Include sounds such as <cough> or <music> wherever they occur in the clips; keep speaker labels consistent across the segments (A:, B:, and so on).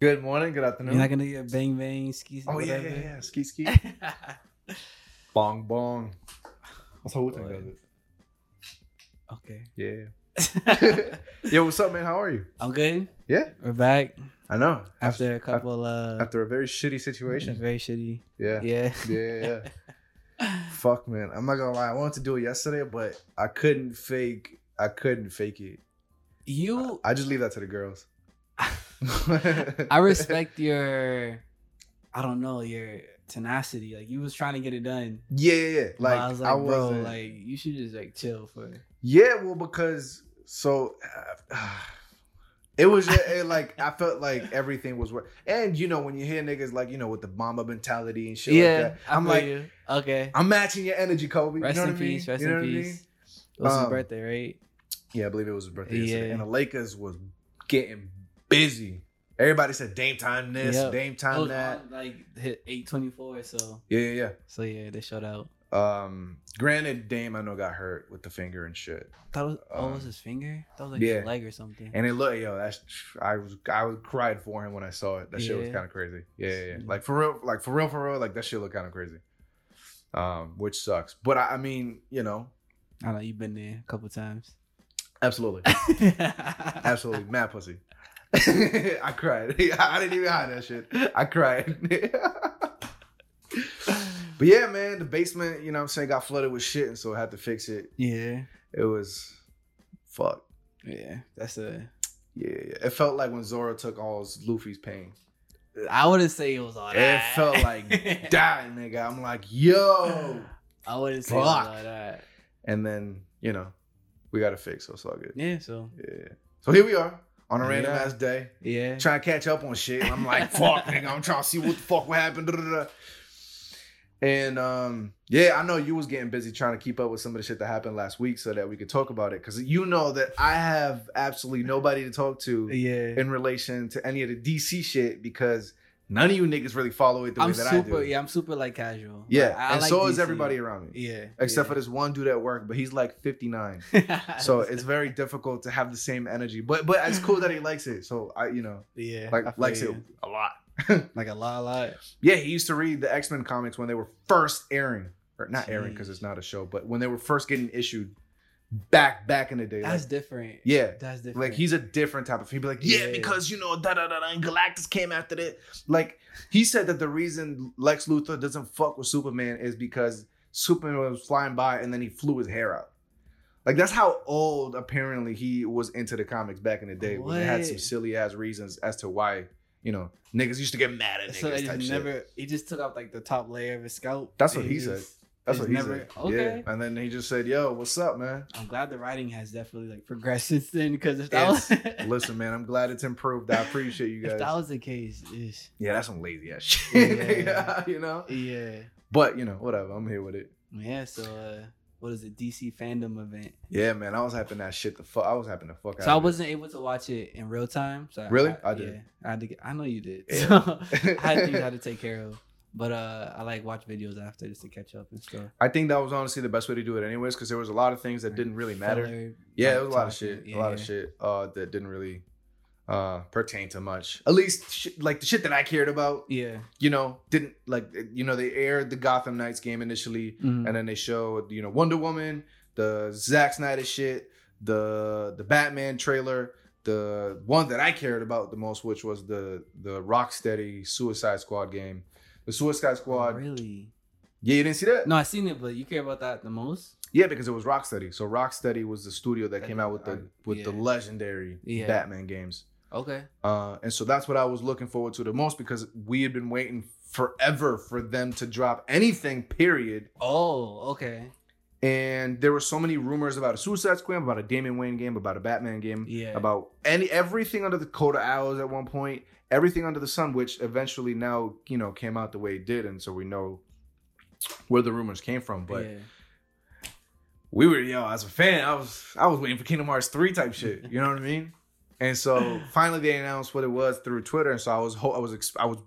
A: Good morning, good afternoon.
B: You're not gonna get bang bang skis.
A: oh yeah, yeah,
B: whatever?
A: yeah. Ski ski.
B: <laughs>
A: bong bong. That's how Wu-Tang does it.
B: okay,
A: Yeah. <laughs> Yo, what's up, man? How are you?
B: I'm good.
A: Yeah.
B: We're back
A: I know.
B: after a couple uh
A: after a very shitty situation.
B: very shitty.
A: Yeah.
B: Yeah.
A: Yeah, yeah.
B: <laughs>
A: <laughs> Fuck, man. I'm not gonna lie. I wanted to do it yesterday, but I couldn't fake. I couldn't fake it.
B: You,
A: I just leave that to the girls.
B: <laughs>
A: <laughs>
B: I respect your, I don't know your tenacity. Like you was trying to get it done.
A: Yeah, yeah, yeah.
B: But
A: Like
B: I was like, bro,
A: wasn't-
B: like you should just like chill for.
A: Yeah, well, because so <sighs> uh, it was ju- it, like I felt like everything was work. And you know when you hear niggas like you know with the mama mentality and shit. Yeah, like that,
B: I
A: I'm
B: feel
A: like
B: you. okay.
A: I'm matching your energy, Kobe.
B: Rest
A: you know
B: in
A: what I mean?
B: peace. Rest
A: You know
B: in
A: what I mean?
B: peace. It was his
A: Um,
B: birthday, right?
A: Yeah, I believe it was his birthday
B: Yeah.
A: yesterday, and the Lakers was getting busy. Everybody said Dame time this,
B: Yep.
A: Dame
B: It
A: time
B: was
A: that.
B: on, like hit eight twenty four. So
A: Yeah, yeah,
B: so yeah, they showed out.
A: yeah. Um, granted, Dame I know got hurt with the finger and shit,
B: That was oh, it was
A: Um,
B: his finger. That was like
A: yeah.
B: his leg or something.
A: and it looked yo. That's I was I was cried for him when I saw it. That shit was
B: Yeah.
A: kind of crazy. Yeah, yeah, yeah.
B: Yeah.
A: Like for real, like for real, for real. Like that shit looked kind of crazy. Um, which sucks. But I, I mean, you know,
B: I know you've been there a
A: <laughs>
B: couple times. <laughs>
A: absolutely, absolutely, mad pussy. <laughs> I cried. <laughs> I didn't even hide that shit. I cried. <laughs> But yeah, man, the basement, you know what I'm saying, got flooded with shit, and so I had to fix it.
B: yeah,
A: It was fuck.
B: yeah. That's a.
A: Yeah, yeah. It felt like when Zoro took all Luffy's pain.
B: I wouldn't say it was all
A: It
B: that.
A: felt like dying, nigga. I'm like, yo.
B: <laughs> I wouldn't say it was
A: Fuck.
B: all that.
A: And then, you know, we got to fix, so it's all good.
B: Yeah. So
A: Yeah. So here we are on a
B: Yeah.
A: random ass day,
B: yeah.
A: trying to catch up on shit. I'm
B: <laughs>
A: like, fuck, nigga. I'm trying to see what the fuck would happen. da, da, da, da. And um, yeah, I know you was getting busy trying to keep up with some of the shit that happened last week so that we could talk about it. Cause you know that I have absolutely nobody to talk to
B: Yeah.
A: in relation to any of the DC shit because none of you niggas really follow it the way
B: I'm
A: that I
B: super.
A: do.
B: Yeah, I'm super like casual.
A: Yeah,
B: Like, I
A: and
B: like
A: so is
B: DC.
A: everybody around me.
B: Yeah.
A: Except for this one dude at work, but he's like
B: <laughs>
A: 59.
B: this.
A: So it's very difficult to have the same energy. But but it's cool that he likes it. So I you know,
B: yeah. I
A: like
B: feel
A: likes it
B: you.
A: a lot.
B: like a lot, lot.
A: Yeah, he used to read the X Men comics when they were first airing, or not airing because
B: Jeez.
A: it's not a show, but when they were first getting issued back back in the day.
B: That's
A: like,
B: different.
A: yeah,
B: That's different.
A: like he's a different type of. He'd be like, yeah,
B: Yeah.
A: because you know, da da da da, and Galactus came after that. Like he said that the reason Lex Luthor doesn't fuck with Superman is because Superman was flying by and then he flew his hair out. Like that's how old apparently he was into the comics back in the day. Where they had some
B: What?
A: silly ass reasons as to why you know niggas used to get mad at niggas.
B: So they
A: type
B: just
A: shit.
B: never. He just took off like the top layer of his scalp.
A: That's what
B: and
A: he said.
B: just-
A: That's what he
B: It's never-
A: said.
B: okay.
A: Yeah. And then he just said, "Yo, what's up, man?
B: I'm glad the writing has definitely like progressed <laughs> since then. Because if that
A: It's-
B: was
A: Listen, man, I'm glad it's improved. I appreciate you
B: <laughs> if that
A: guys.
B: was the case, ish.
A: Yeah, that's some lazy ass <laughs> shit.
B: Yeah.
A: <laughs> you know.
B: yeah,
A: But you know, whatever. I'm here with it.
B: yeah. So uh, what is it? DC fandom event.
A: Yeah, man. I was hyping that shit. The fuck. I was hyping the fuck
B: So I
A: out. of
B: wasn't able to watch it in real time. So
A: Really?
B: I,
A: I did.
B: Yeah, I had to get, I know you did.
A: Yeah.
B: So
A: it.
B: I
A: <laughs>
B: had things I had to take care of. But uh, I like watch videos after just to catch up and stuff.
A: I think that was honestly the best way to do it, anyways, because there was a lot of things that didn't really matter.
B: Filler,
A: yeah,
B: like,
A: there was a lot of
B: talking,
A: shit. A lot of
B: yeah.
A: shit uh, that didn't really uh, pertain to much. At least, sh- like the shit that I cared about,
B: Yeah.
A: you know, didn't like. You know, they aired the Gotham Knights game initially,
B: Mhm.
A: and then they showed you know Wonder Woman, the Zack Snyder shit, the the Batman trailer, the one that I cared about the most, which was the the Rocksteady Suicide Squad game, the Suicide Squad.
B: Oh, Really?
A: Yeah, you didn't see that?
B: No, I seen it, but you care about that the most?
A: Yeah, because it was Rocksteady. So Rocksteady was the studio that came out with the with the
B: Uh, Yeah.
A: legendary
B: Yeah.
A: Batman games.
B: Okay.
A: Uh, and so that's what I was looking forward to the most because we had been waiting forever for them to drop anything. Period.
B: Oh, okay.
A: and there were so many rumors about a Suicide Squad, about a Damian Wayne game, about a Batman game,
B: Yeah.
A: Mm, about any everything under the Code of Owls at one point, everything under the sun, which eventually now you know came out the way it did, and so we know where the rumors came from. But
B: yeah.
A: we were yo, as a fan, I was I was waiting for Kingdom Hearts three type shit. You know what I mean? And <sighs> so finally they announced what it was through Twitter, and so I was ho- I was ex- I was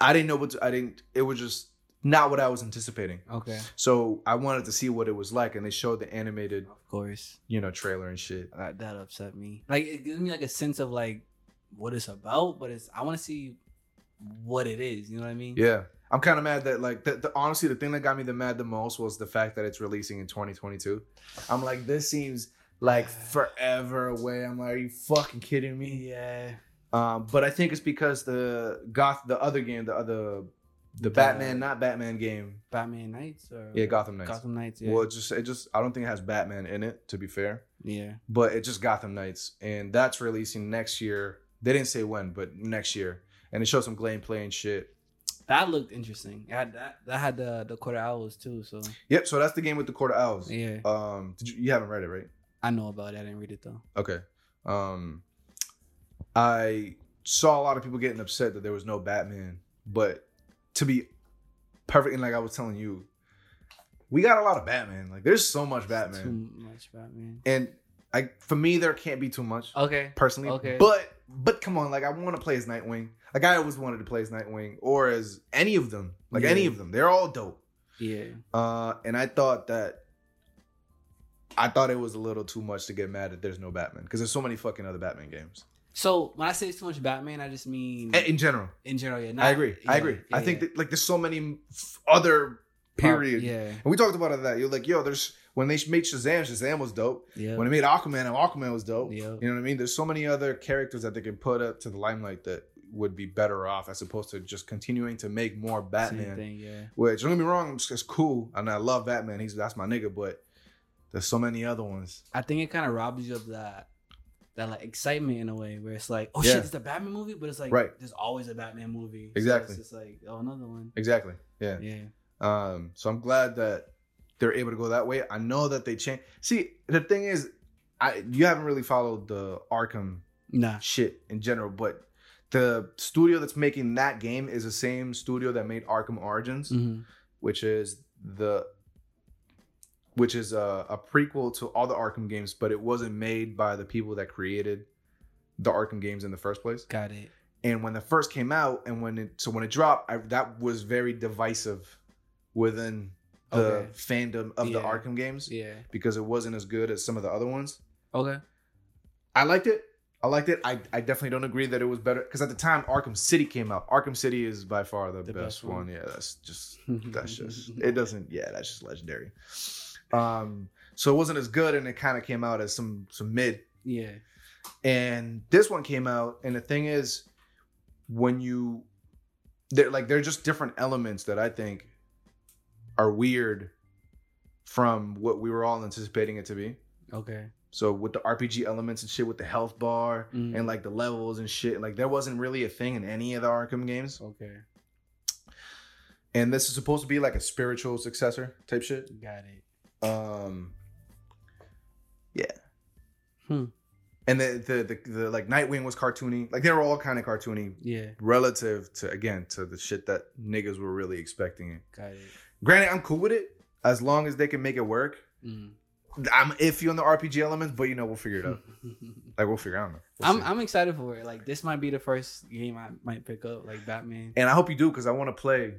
A: I didn't know what to, I didn't it was just not what I was anticipating.
B: Okay.
A: So I wanted to see what it was like, and they showed the animated
B: Of course.
A: you know, trailer and shit.
B: That, that upset me. Like it gives me like a sense of like what it's about, but it's I want to see what it is. You know what I mean?
A: Yeah. I'm kind of mad that like the, the, honestly the thing that got me the mad the most was the fact that it's releasing in 2022. I'm like this seems like forever away. I'm like are you fucking kidding me?
B: Yeah.
A: Um, but I think it's because the goth the other game the other the,
B: The-
A: Batman not Batman game
B: Batman Knights or
A: yeah Gotham Knights.
B: Gotham Knights. Yeah.
A: Well, it just it just I don't think it has Batman in it to be fair,
B: Yeah.
A: but it just Gotham Knights and that's releasing next year. They didn't say when, but next year. And it shows some gameplay and shit.
B: That looked interesting. It had that that had the the quarter hours too. So
A: Yep. So that's the game with the quarter owls.
B: yeah,
A: Um, did you, you haven't read it, right?
B: I know about it. I didn't read it though.
A: Okay. Um, I saw a lot of people getting upset that there was no Batman, but to be perfect, and like I was telling you, we got a lot of Batman. Like, there's so much Batman,
B: Too much Batman.
A: and I for me there can't be too much
B: Okay.
A: personally.
B: Okay.
A: But but come on, like I want to play as Nightwing. Like I always wanted to play as Nightwing or as any of them. Like
B: Yeah.
A: any of them, they're all dope.
B: Yeah.
A: Uh, and I thought that I thought it was a little too much to get mad that there's no Batman because there's so many fucking other Batman games.
B: So when I say it's too much Batman, I just mean
A: A- In general,
B: in general. Yeah.
A: I
B: not-
A: agree.
B: Mm. yeah,
A: I agree. I
B: yeah,
A: think
B: yeah.
A: that like there's so many f- other period.
B: Yeah.
A: And we talked about that. You're like, yo, there's when they made Shazam, Shazam was dope.
B: Yeah.
A: When they made Aquaman, Aquaman was dope.
B: Yeah.
A: You know what I mean? There's so many other characters that they can put up to the limelight that would be better off as opposed to just continuing to make more
B: Same
A: Batman.
B: thing. Yeah.
A: Which don't get me wrong, it's, it's cool, and I love Batman. He's that's my nigga, but there's so many other ones.
B: I think it kind of robs you of that that like excitement in a way where it's like, oh
A: Yeah.
B: shit, it's a Batman movie, but it's like
A: Right.
B: there's always a Batman movie. So
A: Exactly.
B: it's just like, oh another one.
A: Exactly. Yeah.
B: Yeah.
A: Um. So I'm glad that they're able to go that way. I know that they change. See, the thing is, I you haven't really followed the Arkham
B: Nah.
A: shit in general, but the studio that's making that game is the same studio that made Arkham Origins,
B: hmm
A: which is the which is a, a prequel to all the Arkham games, but it wasn't made by the people that created the Arkham games in the first place.
B: Got it.
A: and when the first came out and when it so when it dropped I, that was very divisive within the
B: Okay.
A: fandom of the
B: Yeah.
A: arkham games
B: Yeah.
A: because it wasn't as good as some of the other ones
B: Okay. <laughs>
A: i liked it i liked it i, I definitely don't agree that it was better because at the time arkham city came out arkham city is by far the,
B: The
A: best,
B: best
A: one.
B: one.
A: yeah that's just that's
B: <laughs>
A: just it doesn't yeah that's just legendary um so it wasn't as good and it kind of came out as some some mid
B: Yeah.
A: and this one came out and the thing is when you they're like they're just different elements that i think are weird from what we were all anticipating it to be
B: Okay.
A: so with the rpg elements and shit with the health bar
B: Mm.
A: and like the levels and shit like there wasn't really a thing in any of the arkham games
B: Okay.
A: and this is supposed to be like a spiritual successor type shit
B: Got it.
A: um yeah
B: Hmm.
A: and the, the the the like nightwing was cartoony like they were all kind of cartoony
B: Yeah.
A: relative to again to the shit that niggas were really expecting it.
B: Got it.
A: Granted, I'm cool with it as long as they can make it work.
B: Mm.
A: I'm iffy on the RPG elements, but you know we'll figure it
B: <laughs>
A: out. Like we'll figure it out. We'll
B: Hmm. I'm
A: see.
B: I'm excited for it. Like this might be the first game I might pick up, like Batman.
A: and I hope you do because I want to play.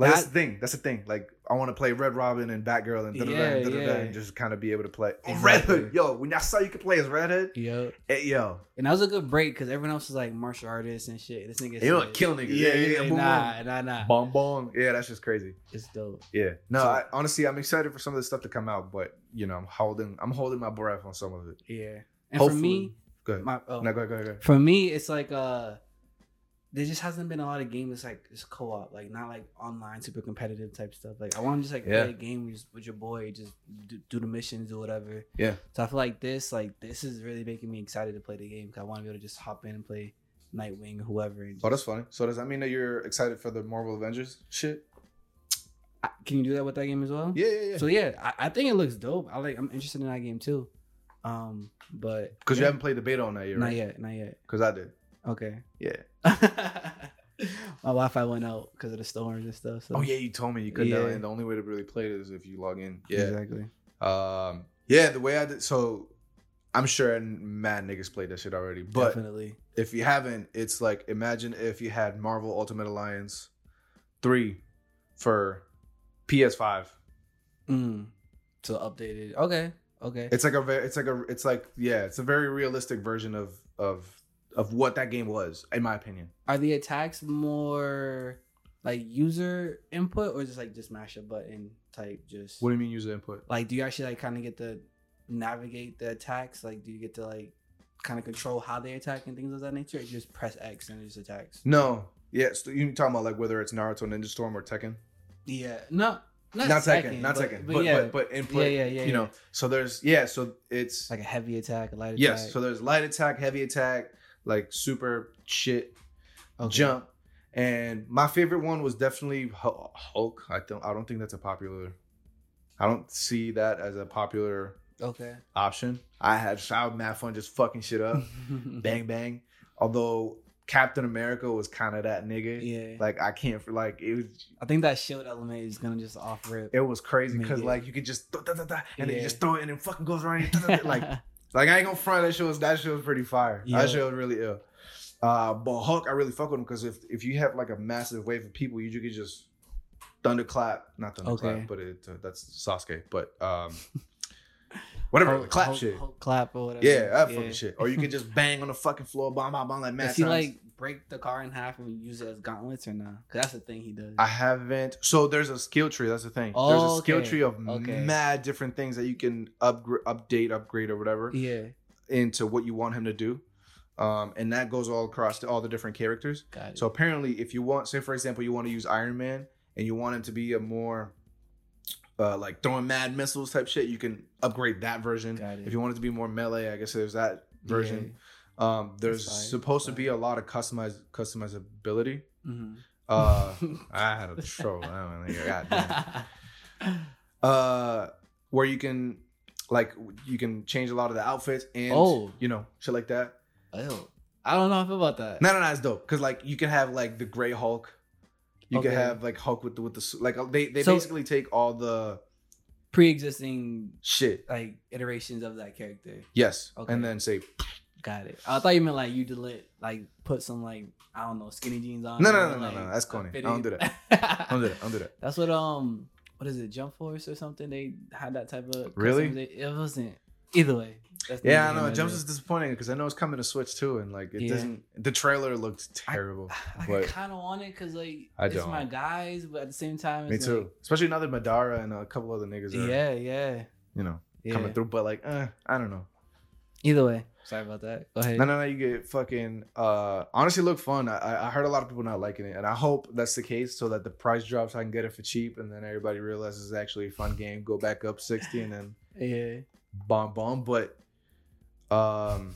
A: Like that's
B: That-
A: the thing. That's the thing. Like I want to play Red Robin and Batgirl and da da
B: Yeah,
A: da da
B: yeah.
A: and just kind of be able to play. Oh,
B: Exactly.
A: Red Hood, yo! When I saw you could play as Red Hood,
B: Yep.
A: eh, yo,
B: And that was a good break because everyone else is like martial artists and shit. This nigga
A: They don't
B: said-
A: kill niggas.
B: Yeah,
A: Yeah, yeah,
B: yeah,
A: boom,
B: nah, nah, nah.
A: bong bong. Yeah, that's just crazy.
B: It's dope.
A: Yeah. No,
B: So-
A: I, honestly, I'm excited for some of the stuff to come out, but you know, I'm holding, I'm holding my breath on some of it.
B: Yeah. And
A: Hopefully-
B: for me,
A: Go ahead.
B: my oh,
A: No, go ahead, go ahead, go ahead.
B: for me, it's like uh, there just hasn't been a lot of games that's like it's co-op, like not like online, super competitive type stuff. Like I want to just like
A: Yeah.
B: play a game just with your boy, just do, do the missions, do whatever.
A: Yeah.
B: So I feel like this, like this, is really making me excited to play the game because I want to be able to just hop in and play Nightwing, or whoever. and
A: Oh,
B: just-
A: that's funny. So does that mean that you're excited for the Marvel Avengers shit?
B: I- can you do that with that game as well?
A: Yeah, yeah,
B: So yeah, I, I think it looks dope. I like. I'm interested in that game too. Um, but
A: Because you
B: yeah.
A: haven't played the beta on that yet,
B: not
A: right?
B: yet, not yet.
A: Because I did.
B: Okay.
A: Yeah.
B: My Wi-Fi went out because of the storms and stuff. So
A: Oh yeah, you told me you couldn't.
B: Yeah.
A: download it. The only way to really play it is if you log in. Yeah.
B: exactly.
A: Um. Yeah, the way I did. So I'm sure mad niggas played that shit already. But
B: Definitely.
A: if you haven't, it's like imagine if you had Marvel Ultimate Alliance three for PS5.
B: Mm. So updated. Okay. Okay.
A: It's like a very, it's like a, it's like yeah, it's a very realistic version of of of what that game was, in my opinion.
B: Are the attacks more like user input or just like just mash a button type? Just
A: What do you mean user input?
B: like, do you actually like kind of get to navigate the attacks? Like, do you get to like kind of control how they attack and things of that nature? Or you just press X and it just attacks.
A: No. Yeah, so you talking about like whether it's Naruto Ninja Storm or Tekken?
B: Yeah, no,
A: Not,
B: not,
A: Tekken,
B: second,
A: not
B: but,
A: Tekken.
B: but,
A: But but,
B: yeah,
A: but, input,
B: yeah, yeah, yeah,
A: you know.
B: yeah.
A: So there's yeah, so it's
B: like a heavy attack, a light attack.
A: yes, so there's light attack, heavy attack, like super shit
B: Okay.
A: jump. And my favorite one was definitely Hu- Hulk. I don't I don't think that's a popular. I don't see that as a popular
B: Okay.
A: option. I had I had mad fun just fucking shit
B: <laughs>
A: up, <laughs> bang bang. Although Captain America was kind of that nigga.
B: yeah.
A: Like I can't like it was
B: I think that shield element is gonna just off rip.
A: it was crazy because
B: Nigga.
A: like you could just da, da, da, da, and then you
B: Yeah.
A: just throw it and it fucking goes around you, da, da, da, <laughs> like Like I ain't gonna front that shit was that shit was pretty fire.
B: Yeah.
A: That shit was really ill. Uh, but Hulk, I really fuck with him because if if you have like a massive wave of people, you, you could just thunderclap, not thunderclap,
B: Okay.
A: but it, uh, that's Sasuke. But um, <laughs> whatever,
B: <laughs>
A: the clap
B: Hulk-
A: shit.
B: Hulk clap or whatever.
A: yeah, that fucking shit. Or you could
B: <laughs>
A: just bang on the fucking floor, bomb, bomb, bomb like mad
B: Does he
A: times.
B: like break the car in half and use it as gauntlets or not? Cause that's the thing he does.
A: I haven't. So there's a skill tree. That's the thing. there's a
B: Oh,
A: skill
B: okay.
A: tree of
B: Okay.
A: mad different things that you can upgrade, update, upgrade, or whatever.
B: yeah,
A: into what you want him to do. Um, and that goes all across to all the different characters.
B: got it.
A: So apparently, if you want, say for example, you want to use Iron Man and you want him to be a more uh, like throwing mad missiles type shit, you can upgrade that version.
B: got it.
A: If you want it to be more melee, I guess there's that version. Um, there's
B: That's fine,
A: supposed to
B: that's
A: be a lot of customized <laughs> customizability.
B: Yeah. Mhm. <laughs>
A: Uh, I had a troll. I don't know, goddamn <laughs> uh where you can like you can change a lot of the outfits and
B: Oh.
A: you know shit like that
B: <laughs> Ew. I don't know how I feel about that.
A: no no no it's dope because like you can have like the gray hulk you
B: Okay.
A: can have like hulk with the with the s- like uh, they they
B: So-
A: basically take all the
B: Pre-existing
A: shit
B: like iterations of that character.
A: yes
B: Okay.
A: and then say
B: Got it. I thought you meant like you delete like put some like I don't know skinny jeans on.
A: No,
B: and
A: no,
B: then,
A: no, no, no.
B: like,
A: That's corny.
B: fit
A: I don't
B: in.
A: do
B: <laughs>
A: i don't do that i don't do that
B: That's what um what is it, Jump Force or something? They had that type of
A: Really?
B: customiza- It wasn't either way. That's neither
A: yeah i
B: here
A: know
B: nor
A: jumps
B: there.
A: is disappointing because i know it's coming to switch too and like it
B: Yeah.
A: doesn't the trailer looked terrible
B: Like, <sighs> I
A: but
B: kind of want it because like
A: I
B: it's
A: don't.
B: my guys, but at the same time,
A: me
B: it's
A: too especially now that madara and a couple other niggas
B: Like,
A: are
B: yeah, yeah,
A: you know
B: yeah.
A: coming through but like eh, i don't know
B: Either way, sorry about that. Go ahead.
A: No, no, no. You get fucking. Uh, honestly, look fun. I- I, I heard a lot of people not liking it, and I hope that's the case so that the price drops. I can get it for cheap, and then everybody realizes it's actually a fun game. Go back up sixty, and then
B: Yeah,
A: bomb, bomb. But um,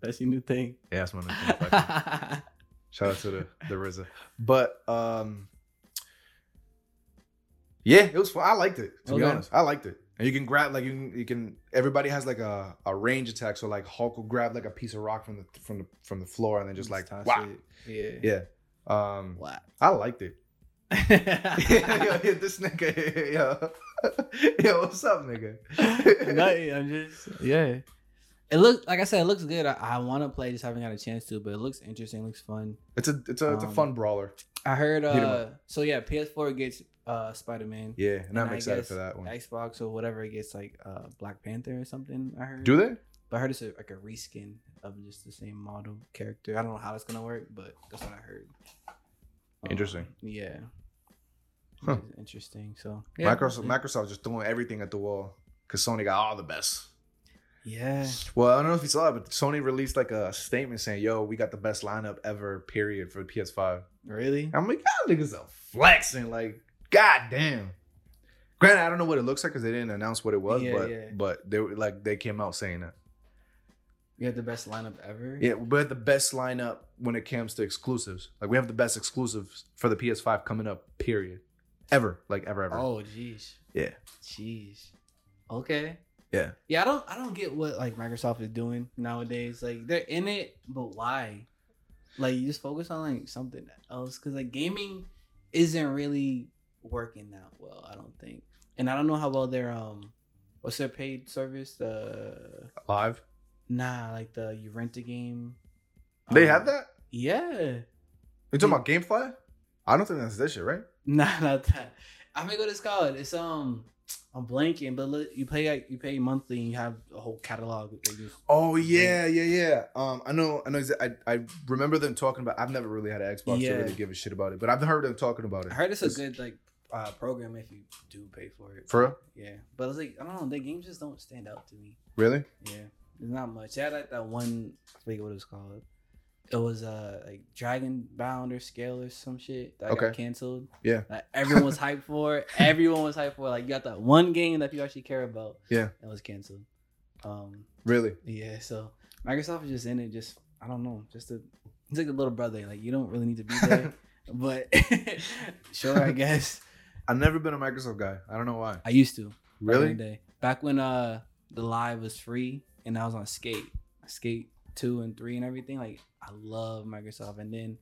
B: that's your new thing.
A: <laughs> yeah, that's my new thing.
B: <laughs>
A: Fuck it. Shout out to the the RZA. But um, yeah, it was fun. I liked it. To be
B: Okay.
A: honest, I liked it. And you can grab like you can, you can. Everybody has like a, a range attack, so like Hulk will grab like a piece of rock from the from the from the floor, and then just like
B: toss
A: wow.
B: it. yeah,
A: Yeah. Um, <laughs>
B: <laughs> wow.
A: I liked it. yo,
B: Nothing.
A: yo, this nigga, <laughs> yo, yo, what's up, nigga?
B: I'm just yeah. It looks like I said, it looks good. I, I want to play, just haven't got a chance to. But it looks interesting, looks fun.
A: <laughs> It's a, it's a, it's a
B: Um,
A: fun brawler.
B: I heard.
A: Hit 'em
B: uh So yeah, PS4 gets uh Spider Man.
A: Yeah, and, I'm
B: I
A: excited
B: guess
A: for that one.
B: Xbox or whatever it gets like uh Black Panther or something. I heard.
A: Do they?
B: But I heard it's a, like a reskin of just the same model character. I don't know how that's gonna work, but that's what I heard. Um,
A: Interesting.
B: yeah.
A: Huh.
B: Which is Interesting. So yeah,
A: Microsoft, Microsoft just throwing everything at the wall because Sony got all the best.
B: Yeah.
A: Well, I don't know if you saw it, but Sony released like a statement saying, "Yo, we got the best lineup ever." Period for the PS5.
B: Really?
A: I'm like, y'all niggas are flexing. Like, goddamn. Granted, I don't know what it looks like because they didn't announce what it was,
B: Yeah,
A: but
B: yeah.
A: but they were like they came out saying that.
B: We had the best lineup ever.
A: Yeah, we have the best lineup when it comes to exclusives. Like we have the best exclusives for the PS5 coming up. Period. Ever, like ever, ever.
B: Oh jeez.
A: Yeah.
B: Jeez. Okay.
A: Yeah.
B: Yeah, I don't I don't get what like Microsoft is doing nowadays. Like they're in it, but why? Like you just focus on like something else cuz like gaming isn't really working that well, I don't think. And I don't know how well their um what's their paid service? Uh
A: Live.
B: nah, like the you rent a game.
A: They
B: Um,
A: have that.
B: Yeah.
A: You talking about
B: <laughs>
A: GameFly? I don't think that's this shit, right?
B: Nah, not that. I forget what it's called. It's um I'm blanking, but look, you pay like you pay monthly and you have a whole catalog. That you
A: Oh yeah, yeah, yeah. Um, I know, I know. exa- I I remember them talking about. I've never really had an Xbox
B: Yeah.
A: to really give a shit about it, but I've heard them talking about it.
B: I heard it's a good like uh, program if you do pay for it.
A: For real?
B: Yeah, but it's like I don't know, the games just don't stand out to me.
A: Really?
B: Yeah, there's not much. They had like that one. I forget what it was called. It was uh like Dragon Bound or Scale or some shit that got
A: Okay.
B: canceled.
A: Yeah.
B: that everyone was
A: <laughs>
B: hyped for. Everyone was hyped for. Like you got that one game that people actually care about.
A: Yeah.
B: that was canceled. Um,
A: Really?
B: yeah. So Microsoft is just in it. Just I don't know. Just a it's like a little brother. Like you don't really need to be there, but <laughs> sure, I guess
A: I've never been a Microsoft guy. I don't know why.
B: I used to. back in
A: Really?
B: the day. Back when uh the live was free and I was on Skate, Skate two and three and everything. Like I love Microsoft, and then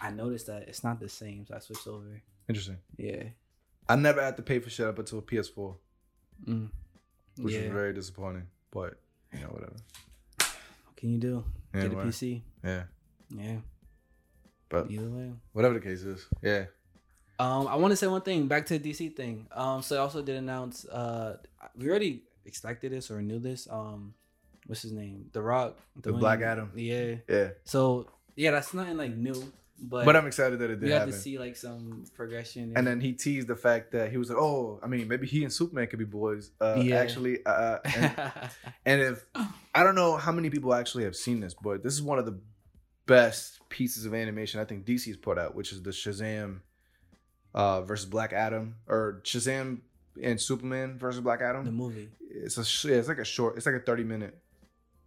B: I noticed that it's not the same, so I switched over.
A: Interesting.
B: Yeah,
A: I never had to pay for shit up until PS4,
B: mm.
A: which
B: yeah.
A: was very disappointing. But you know, whatever.
B: what can you do?
A: Yeah,
B: Get a
A: whatever.
B: PC.
A: yeah.
B: Yeah,
A: But
B: either way.
A: whatever the case is, yeah.
B: Um, I want to say one thing back to the DC thing. Um, so I also did announce. Uh, we already expected this or knew this. Um, what's his name? The Rock.
A: The
B: one-
A: Black Adam.
B: Yeah.
A: Yeah.
B: So yeah, that's nothing like new, but
A: But I'm excited that it
B: we
A: did
B: got
A: happen.
B: to see like some progression.
A: and then he teased the fact that he was like, "Oh, I mean, maybe he and Superman could be boys." Uh,
B: Yeah.
A: Actually, uh, and,
B: <laughs>
A: and if I don't know how many people actually have seen this, but this is one of the best pieces of animation I think DC's put out, which is the Shazam uh, versus Black Adam, or Shazam and Superman versus Black
B: the
A: Adam.
B: movie.
A: It's a sh- yeah, it's like a short, it's like a thirty minute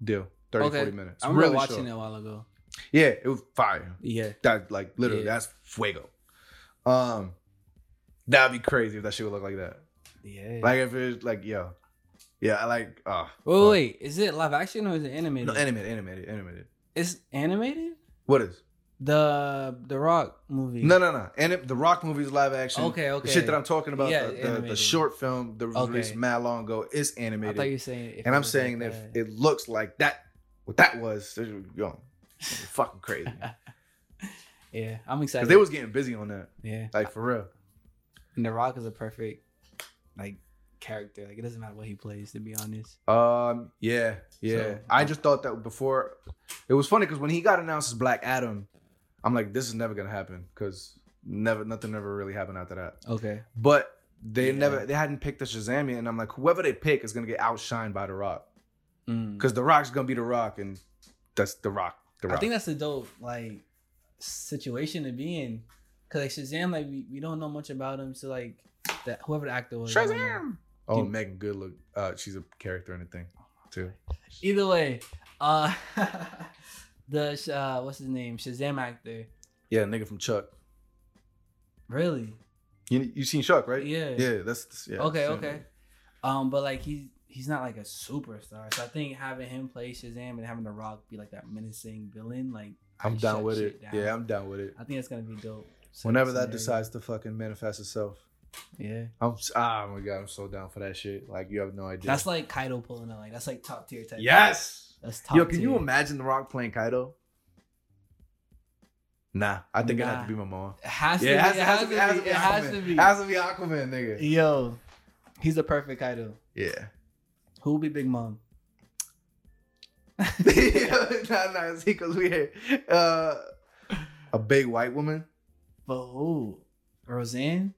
A: deal, 30,
B: Okay.
A: 40 minutes.
B: I
A: I'm
B: remember
A: really
B: watching
A: watching
B: it a while ago.
A: Yeah, it was fire.
B: Yeah.
A: That like literally,
B: Yeah.
A: that's fuego. Um, that'd be crazy if that shit would look like that.
B: Yeah.
A: Like if it's like yo, yeah, I like uh,
B: wait, wait, is it live action or is it animated?
A: no, animated, animated, animated.
B: it's animated.
A: What is?
B: The The Rock movie.
A: No, no, no. And it, the Rock movie is live action.
B: Okay. Okay.
A: The shit that I'm talking about,
B: Yeah,
A: the- the, the,
B: animated.
A: short film that was
B: Okay.
A: released mad long ago, is
B: I
A: animated.
B: thought you were saying. if
A: and
B: it
A: I'm
B: was
A: saying
B: like
A: that if
B: that.
A: it looks like that, what that was, they're
B: <laughs>
A: going fucking crazy.
B: yeah, I'm
A: 'Cause
B: excited.
A: they was getting busy on that,
B: yeah,
A: like for real.
B: and The Rock is a perfect like character. Like it doesn't matter what he plays. To be honest.
A: Um, yeah, yeah.
B: So-
A: I just thought that before, it was funny because when he got announced as Black Adam, I'm like, this is never gonna happen because never, nothing ever really happened after that.
B: Okay.
A: But they
B: Yeah.
A: never, they hadn't picked a Shazam yet, and I'm like, whoever they pick is gonna get outshined by The Rock.
B: Mm.
A: Because The Rock's gonna be The Rock, and that's The Rock. The
B: I
A: Rock.
B: think that's a dope like situation to be in. Cause like Shazam, like we, we don't know much about him, so like that whoever the actor was. I don't know.
A: Shazam! Oh,
B: Dude.
A: Megan Goodlook. Uh, she's a character in the thing, too.
B: Either way, uh, <laughs> the sh- uh, what's his name Shazam actor?
A: Yeah, nigga from Chuck.
B: Really?
A: You you seen Chuck, right?
B: Yeah.
A: Yeah, that's, that's- yeah.
B: okay.
A: same.
B: Okay. Um, but like he's he's not like a superstar, so I think having him play Shazam and having The Rock be like that menacing villain, like
A: I'm
B: Shut
A: down with
B: shit
A: it.
B: down.
A: Yeah, I'm down with it.
B: I think that's gonna be dope.
A: Whenever that
B: Scenario.
A: decides to fucking manifest itself,
B: yeah,
A: I'm s- ah oh my god, I'm so down for that shit. Like you have no idea.
B: that's like Kaido pulling out. Like that's like top tier type.
A: yes.
B: that's top.
A: Yo, can you
B: tier.
A: imagine The Rock playing Kaido? Nah, I think it'd have
B: Nah.
A: to be my mom.
B: It has
A: Yeah, it has,
B: to. be, It has to be. It has to
A: Aquaman.
B: be.
A: Has to be Aquaman, nigga.
B: Yo, he's the perfect idol.
A: Yeah.
B: Who will be Big Mom?
A: <laughs> nah, nah, see, cause we had uh, a big white <laughs> woman.
B: But who?
A: <laughs>
B: Roseanne?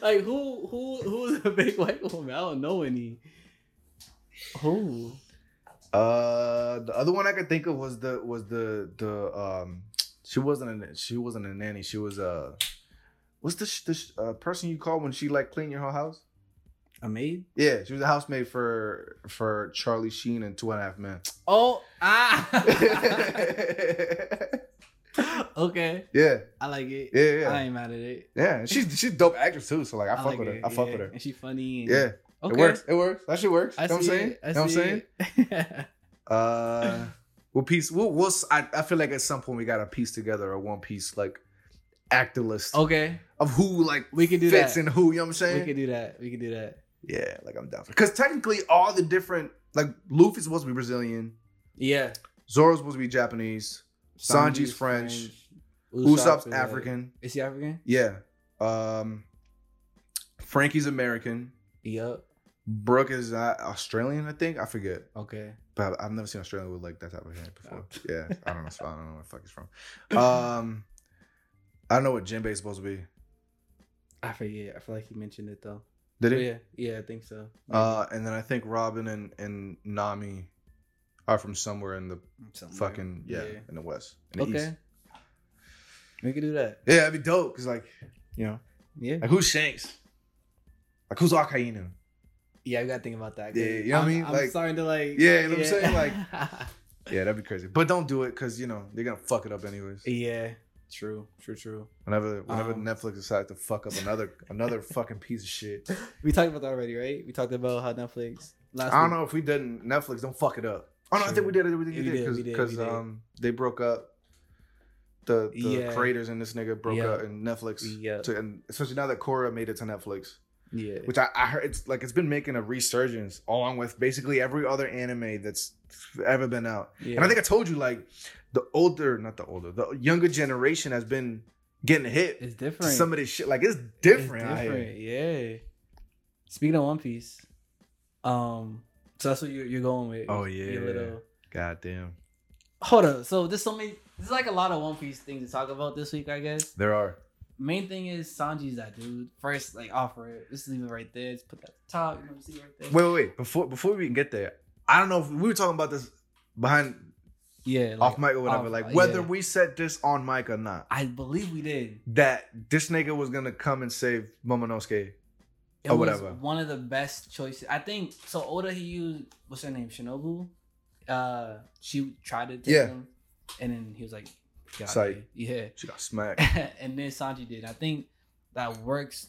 B: Like who? Who? Who's a big white woman? I don't know any. Who?
A: uh, the other one I could think of was the was the the um, she wasn't a she wasn't a nanny. She was a what's the sh- the sh- uh, person you call when she like clean your whole house?
B: A maid?
A: Yeah, she was a housemaid for for Charlie Sheen and Two and a Half Men. <laughs>
B: Oh <laughs> ah. okay,
A: yeah,
B: I like it.
A: yeah,
B: I
A: yeah,
B: ain't mad at it.
A: yeah. And She's she's a dope actress too. So like, I, fuck
B: like
A: with
B: it,
A: her. I fuck
B: yeah.
A: with her.
B: And she's funny. And,
A: Yeah.
B: okay.
A: It works. It works. That shit works.
B: I
A: you know what I'm
B: see
A: saying?
B: it. I
A: you know what I'm saying?
B: see it. <laughs>
A: Uh we'll piece we'll, we'll s- I, I feel like at some point we gotta piece together a one piece like actor list
B: okay,
A: of who like
B: Oh, we can do
A: fits
B: that.
A: and who, you know what I'm
B: We
A: saying?
B: can do that. We can do that.
A: yeah, like I'm down for Because technically all the different like Luffy's supposed to be Brazilian,
B: Yeah.
A: Zoro's supposed to be Japanese, Sanji's French, Usopp's
B: is, like-
A: African.
B: Is he African?
A: Yeah. Um, Frankie's American.
B: Yup.
A: Brooke is uh, Australian, I think. I forget,
B: Okay.
A: but I've never seen Australia with like that type of
B: Oh.
A: hand before. yeah, I don't know. I don't know where the fuck he's
B: <laughs>
A: from. Um, I don't know what Jinbei is supposed to be.
B: I forget. I feel like he mentioned it though.
A: Did he?
B: Yeah. Yeah, I think so.
A: Uh, and then I think Robin and, and Nami are from somewhere in the
B: Something like
A: fucking yeah,
B: Yeah.
A: in the west.
B: that.
A: In the
B: Okay.
A: East.
B: We could do that.
A: Yeah, that'd be dope. Cause like, you know,
B: Yeah.
A: like who's Shanks? Like who's Akainu?
B: Yeah, I gotta think about that. 'cause
A: Yeah, you know what I
B: I'm-
A: mean?
B: I'm
A: Like-
B: starting to like.
A: Yeah, you know what I'm saying? Yeah, that'd be crazy. But don't do it, cause you know they're gonna fuck it up anyways.
B: <laughs> yeah. True. True. True.
A: Whenever whenever
B: Um.
A: Netflix decides to fuck up another another fucking piece of shit.
B: We talked about that already, right? We talked about how Netflix last.
A: I don't know if we didn't. Netflix, don't fuck it up. Oh no, I think we did it. We
B: We did, we
A: did
B: did,
A: because
B: we did.
A: um they broke up. The, the
B: Yeah.
A: creators and this nigga broke
B: Yeah.
A: up and Netflix.
B: Yeah.
A: To, and especially now that Korra made it to Netflix,
B: Yeah.
A: which I, I heard it's like it's been making a resurgence along with basically every other anime that's ever been out.
B: yeah.
A: And I think I told you like the older, not the older, the younger generation has been getting hit
B: it's
A: to
B: different.
A: some of this shit. Like it's
B: It's
A: different. out here.
B: different. Yeah. Speaking of One Piece, um, so that's what you're, you're going with.
A: Oh,
B: Your
A: yeah.
B: little.
A: God damn,
B: Hold up. So there's so many. There's like a lot of One Piece things to talk about this week, I guess.
A: there are.
B: Main thing is Sanji's that dude. First, like, offer it. Just leave it right there. Just put that at the top. You know, see it right there.
A: Wait, wait, wait. Before before we can get there, I don't know if we were talking about this behind
B: yeah. Like,
A: off mic or whatever.
B: off-
A: like whether
B: yeah.
A: we said this on mic or not,
B: I believe we did.
A: that this nigga was gonna come and save Momonosuke.
B: It
A: or
B: was
A: Oh, whatever.
B: one of the best choices. I think so. Oda he used what's her name, Shinobu. Uh, she tried to take
A: Yeah.
B: him, and then he was like, "Got
A: Psych.
B: me." yeah."
A: She got smacked.
B: <laughs> and then Sanji did. I think that works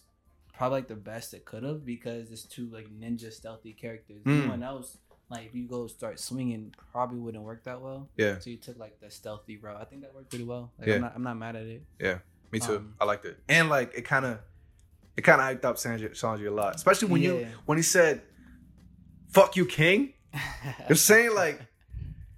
B: probably like the best it could have because it's two like ninja stealthy characters.
A: Mm.
B: Anyone else, like if you go start swinging, probably wouldn't work that well.
A: Yeah,
B: So you took like the stealthy route. I think that worked pretty well. Like,
A: Yeah.
B: I'm, not, I'm not mad at it.
A: me too.
B: Um,
A: I liked it, and like it kind of, it kind of hyped up Sanji, Sanji a lot, especially when you
B: Yeah.
A: when he said, "Fuck you, King." You're saying like,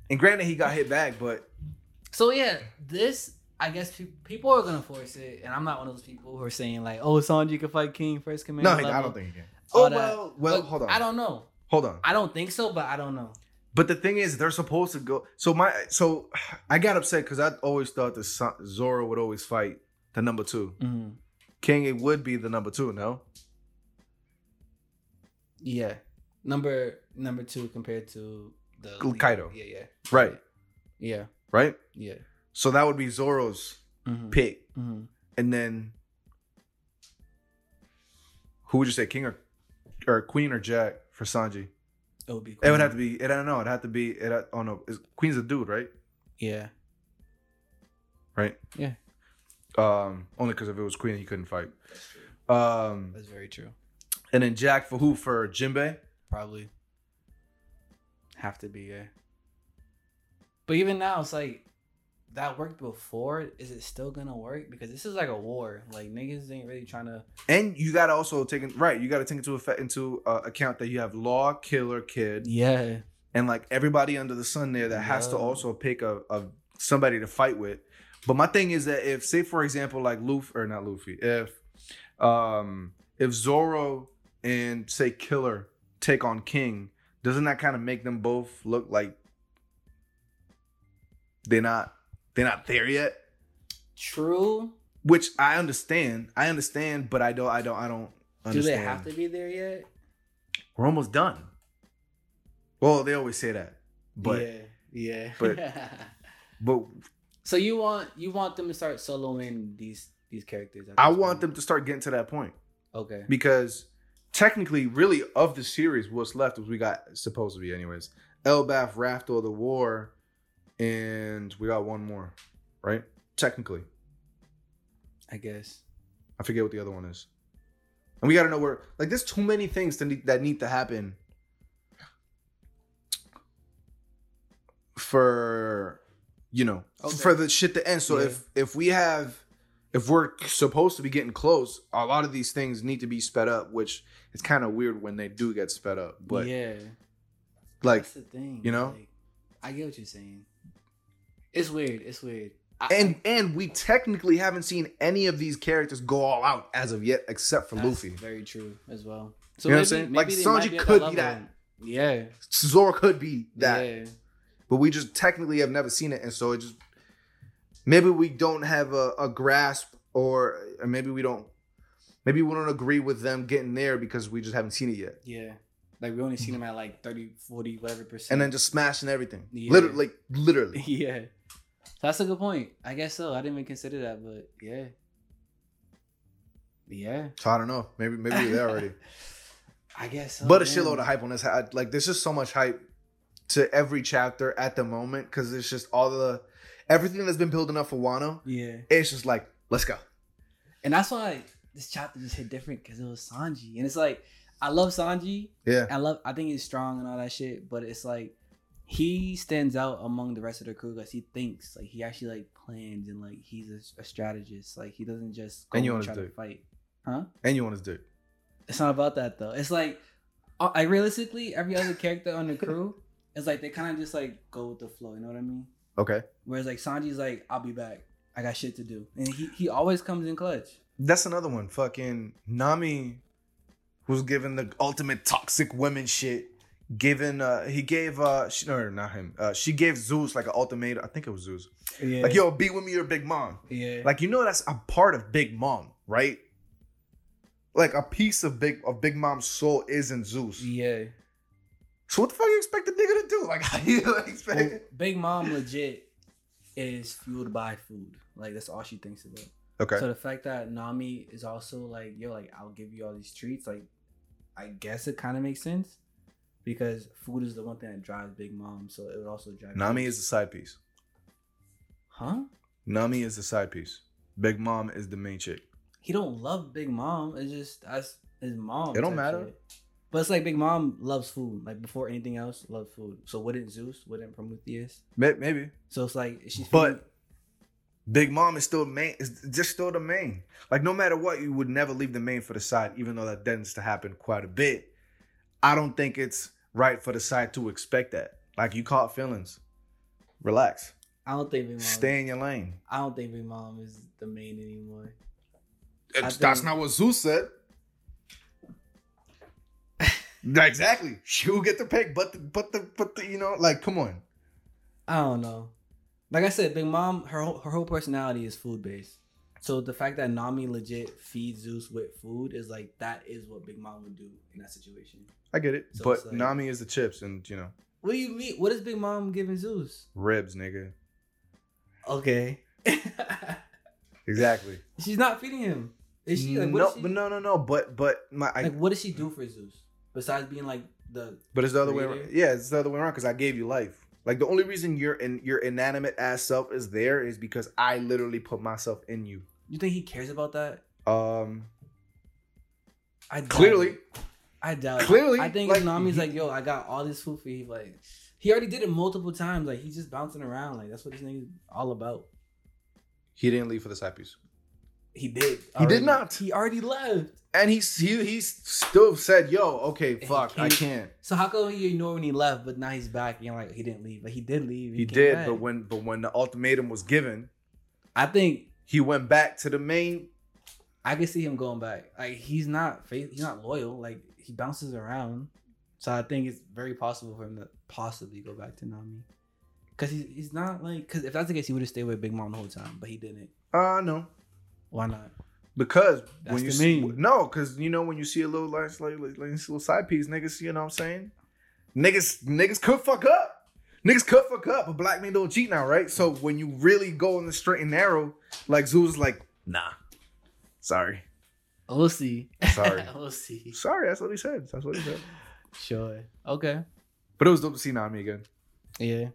A: and granted he got hit back, but
B: <laughs> So yeah, this I guess pe- people are gonna force it, and I'm not one of those people who are saying like, "Oh, Sanji can fight King first command."
A: no, he- I
B: level."
A: don't think he can.
B: All
A: Oh
B: that.
A: well, well,
B: Look,
A: hold on,
B: I don't know.
A: hold on.
B: I don't think so, but I don't know.
A: But the thing is, they're supposed to go. So my, so <sighs> I got upset because I always thought that Sa- Zoro would always fight the number two.
B: Mm-hmm.
A: King it would be the number two, no?
B: Yeah, number number two compared to the
A: L- Kaido.
B: Yeah, yeah,
A: Right,
B: yeah,
A: right.
B: yeah.
A: So that would be Zoro's
B: Mm-hmm.
A: pick,
B: hmm
A: and then who would you say, King or or Queen or Jack for Sanji?
B: It would be.
A: It would have to be. It, I don't know. It'd have to be. It. I- Oh no, it's, Queen's a dude, right?
B: Yeah,
A: Right.
B: Yeah.
A: Um, only because if it was Queen, he couldn't fight. Um,
B: that's very true.
A: and then Jack for who? For Jinbei.
B: Probably have to be. Yeah. But even now, it's like that worked before. Is it still gonna work? Because this is like a war. Like niggas ain't really trying to.
A: and you gotta also take in, right. You gotta take into effect into uh, account that you have Law, Killer, Kid,
B: Yeah.
A: and like everybody under the sun there that has to
B: Yeah.
A: also pick a, a somebody to fight with. But my thing is that if, say, for example, like Luffy or not Luffy, if um if Zoro and say Killer take on King, doesn't that kind of make them both look like they're not they're not there yet?
B: True.
A: Which I understand, I understand, but I don't, I don't, I don't.
B: Do
A: Understand.
B: they have to be there yet?
A: we're almost done. Well, they always say that, but
B: yeah, yeah.
A: but
B: <laughs> so you want you want them to start soloing these these characters? at
A: I
B: this
A: want them
B: point?
A: to start getting to that point
B: Okay.
A: because technically, really, of the series, what's left was we got supposed to be anyways. Elbaf, Raftor, the War, and we got one more, right? Technically,
B: I guess.
A: I forget what the other one is, and we got to know where. Like, there's too many things to need, that need to happen for you know
B: Okay.
A: for the shit to end. So
B: Yeah.
A: if if we have if we're supposed to be getting close, a lot of these things need to be sped up, which is kind of weird when they do get sped up. But
B: yeah,
A: like
B: that's the thing.
A: you know?
B: Like, I get what you're saying. It's weird. It's weird. I-
A: And and we technically haven't seen any of these characters go all out as of yet, except for
B: That's
A: Luffy.
B: Very true as well. So
A: You know what I'm saying? Like,
B: they might
A: Sanji
B: at
A: could
B: that
A: be
B: level. Yeah.
A: Zoro could be that,
B: Yeah.
A: but we just technically have never seen it, and so it just maybe we don't have a, a grasp, or, or maybe we don't, maybe we don't agree with them getting there because we just haven't seen it yet,
B: Yeah. Like we only seen him at like 30, 40, whatever percent.
A: and then just smashing everything,
B: Yeah.
A: literally, like literally.
B: <laughs> yeah. So that's a good point. I guess so. I didn't even consider that, but yeah. Yeah.
A: So I don't know, maybe maybe we're there
B: <laughs>
A: already.
B: I guess so.
A: but a
B: Oh, man.
A: shitload of hype on this. I- Like there's just so much hype to every chapter at the moment because it's just all the everything that's been building up for Wano.
B: Yeah.
A: It's just like let's go.
B: And that's why this chapter just hit different because it was Sanji. And it's like, I love Sanji.
A: Yeah,
B: I love I think he's strong and all that shit, but it's like he stands out among the rest of the crew because he thinks like he actually like plans and like he's a, a strategist. Like he doesn't just go
A: And
B: and,
A: you
B: try
A: understood.
B: to fight.
A: and you want his dick.
B: It's not about that though. It's like uh, I realistically every other
A: <laughs>
B: character on the crew is like they kind of just like go with the flow. You know what I mean?
A: Okay,
B: Whereas like Sanji's like I'll be back. I got shit to do, and he he always comes in clutch.
A: that's another one. Fucking Nami was given the ultimate toxic women shit. Given uh he gave uh she, no not him uh she gave Zeus like an ultimatum I think it was Zeus
B: Yeah.
A: like yo be with me or Big Mom
B: yeah.
A: Like you know that's a part of Big Mom, right? Like a piece of Big of Big Mom's soul is in Zeus.
B: yeah.
A: So what the fuck you expect the nigga to do? Like <laughs> how you
B: Well,
A: <laughs> expect?
B: Big Mom legit is fueled by food. Like that's all she thinks about.
A: Okay.
B: So the fact that Nami is also like, yo, like I'll give you all these treats, like I guess it kind of makes sense because food is the one thing that drives Big Mom, so it would also drive
A: Nami is the side piece.
B: huh?
A: Nami is the side piece. Big Mom is the main chick.
B: He don't love Big Mom. It's just that's his mom.
A: It don't
B: type
A: matter.
B: shit. But it's like Big Mom loves food, like before anything else, loves food. So wouldn't Zeus? Wouldn't Prometheus?
A: May- Maybe.
B: So it's like she's
A: But- Big Mom is still main is just still the main. Like no matter what, you would never leave the main for the side, even though that tends to happen quite a bit. I don't think it's right for the side to expect that. Like you caught feelings. Relax.
B: I don't think Big Mom.
A: Stay in your lane.
B: I don't think Big Mom is the main anymore.
A: It's-
B: I
A: that's
B: think-
A: not what Zeus
B: <laughs>
A: said. exactly. She'll get the pick, but the, but the but the you know like come on.
B: I don't know. Like I said, Big Mom, her whole- her whole personality is food based. So the fact that Nami legit feeds Zeus with food is like that is what Big Mom would do in that situation.
A: I get it,
B: So
A: but
B: it's like-
A: Nami is the chips and you know
B: What do you mean? What is Big Mom giving Zeus?
A: ribs, nigga.
B: Okay,
A: Exactly.
B: <laughs> she's not feeding him. Is she like what?
A: no,
B: does she,
A: but no, no, no. But but my I,
B: like what does she do for Zeus besides being like the?
A: but it's the other way
B: Creator?
A: around. Yeah, it's the other way around because I gave you life. Like the only reason your in your inanimate ass self is there is because I literally put myself in you.
B: You think he cares about that?
A: Um,
B: I doubt
A: clearly,
B: it. I doubt. it.
A: Clearly,
B: I think
A: like,
B: Nami's
A: he-
B: like, yo, I got all this food for you. Like, he already did it multiple times. Like, he's just bouncing around. Like, that's what this nigga's all about.
A: he didn't leave for the side piece.
B: He did.
A: He did
B: already.
A: not.
B: He already left.
A: and he he he still said, "Yo, okay,
B: he
A: fuck, I
B: came-
A: can't."
B: So how come he ignored when he left, but now he's back? And you're like, he didn't leave, but he did leave.
A: He
B: came
A: did,
B: back.
A: but when but when the ultimatum was given,
B: I think
A: he went back to the main.
B: I can see him going back. Like, he's not faith. He's not loyal. Like, he bounces around. So I think it's very possible for him to possibly go back to Nami. Cause he's, he's not like cause if that's the case he would have stayed with Big Mom the whole time, but he didn't.
A: Uh no,
B: Why not?
A: because
B: That's
A: when you
B: the
A: see,
B: main.
A: no, because you know when you see a little like like, like, like this little side piece, niggas, you know what I'm saying? Niggas niggas could fuck up. Niggas could fuck up, but black men don't cheat now, right? So when you really go on the straight and narrow, like Zeus, like nah, sorry,
B: We'll see.
A: <laughs> Sorry.
B: <laughs> we'll see.
A: sorry. That's what he said. That's what he said.
B: Sure. Okay.
A: But it was dope to see Nami again.
B: Yeah.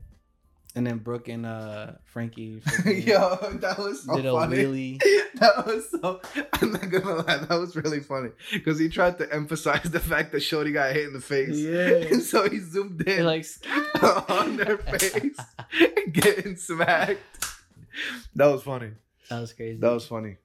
B: And then Brooke and uh <laughs> Frankie freaking
A: <laughs> Yo, that was so
B: did a
A: funny.
B: really
A: <laughs> that was so. I'm not gonna lie, that was really funny because he tried to emphasize the fact that Shorty got hit in the face,
B: <laughs>
A: <laughs>
B: yeah.
A: and so he zoomed
B: They're
A: in
B: like
A: <laughs> on their face, getting smacked. That was funny.
B: That was crazy.
A: That was funny.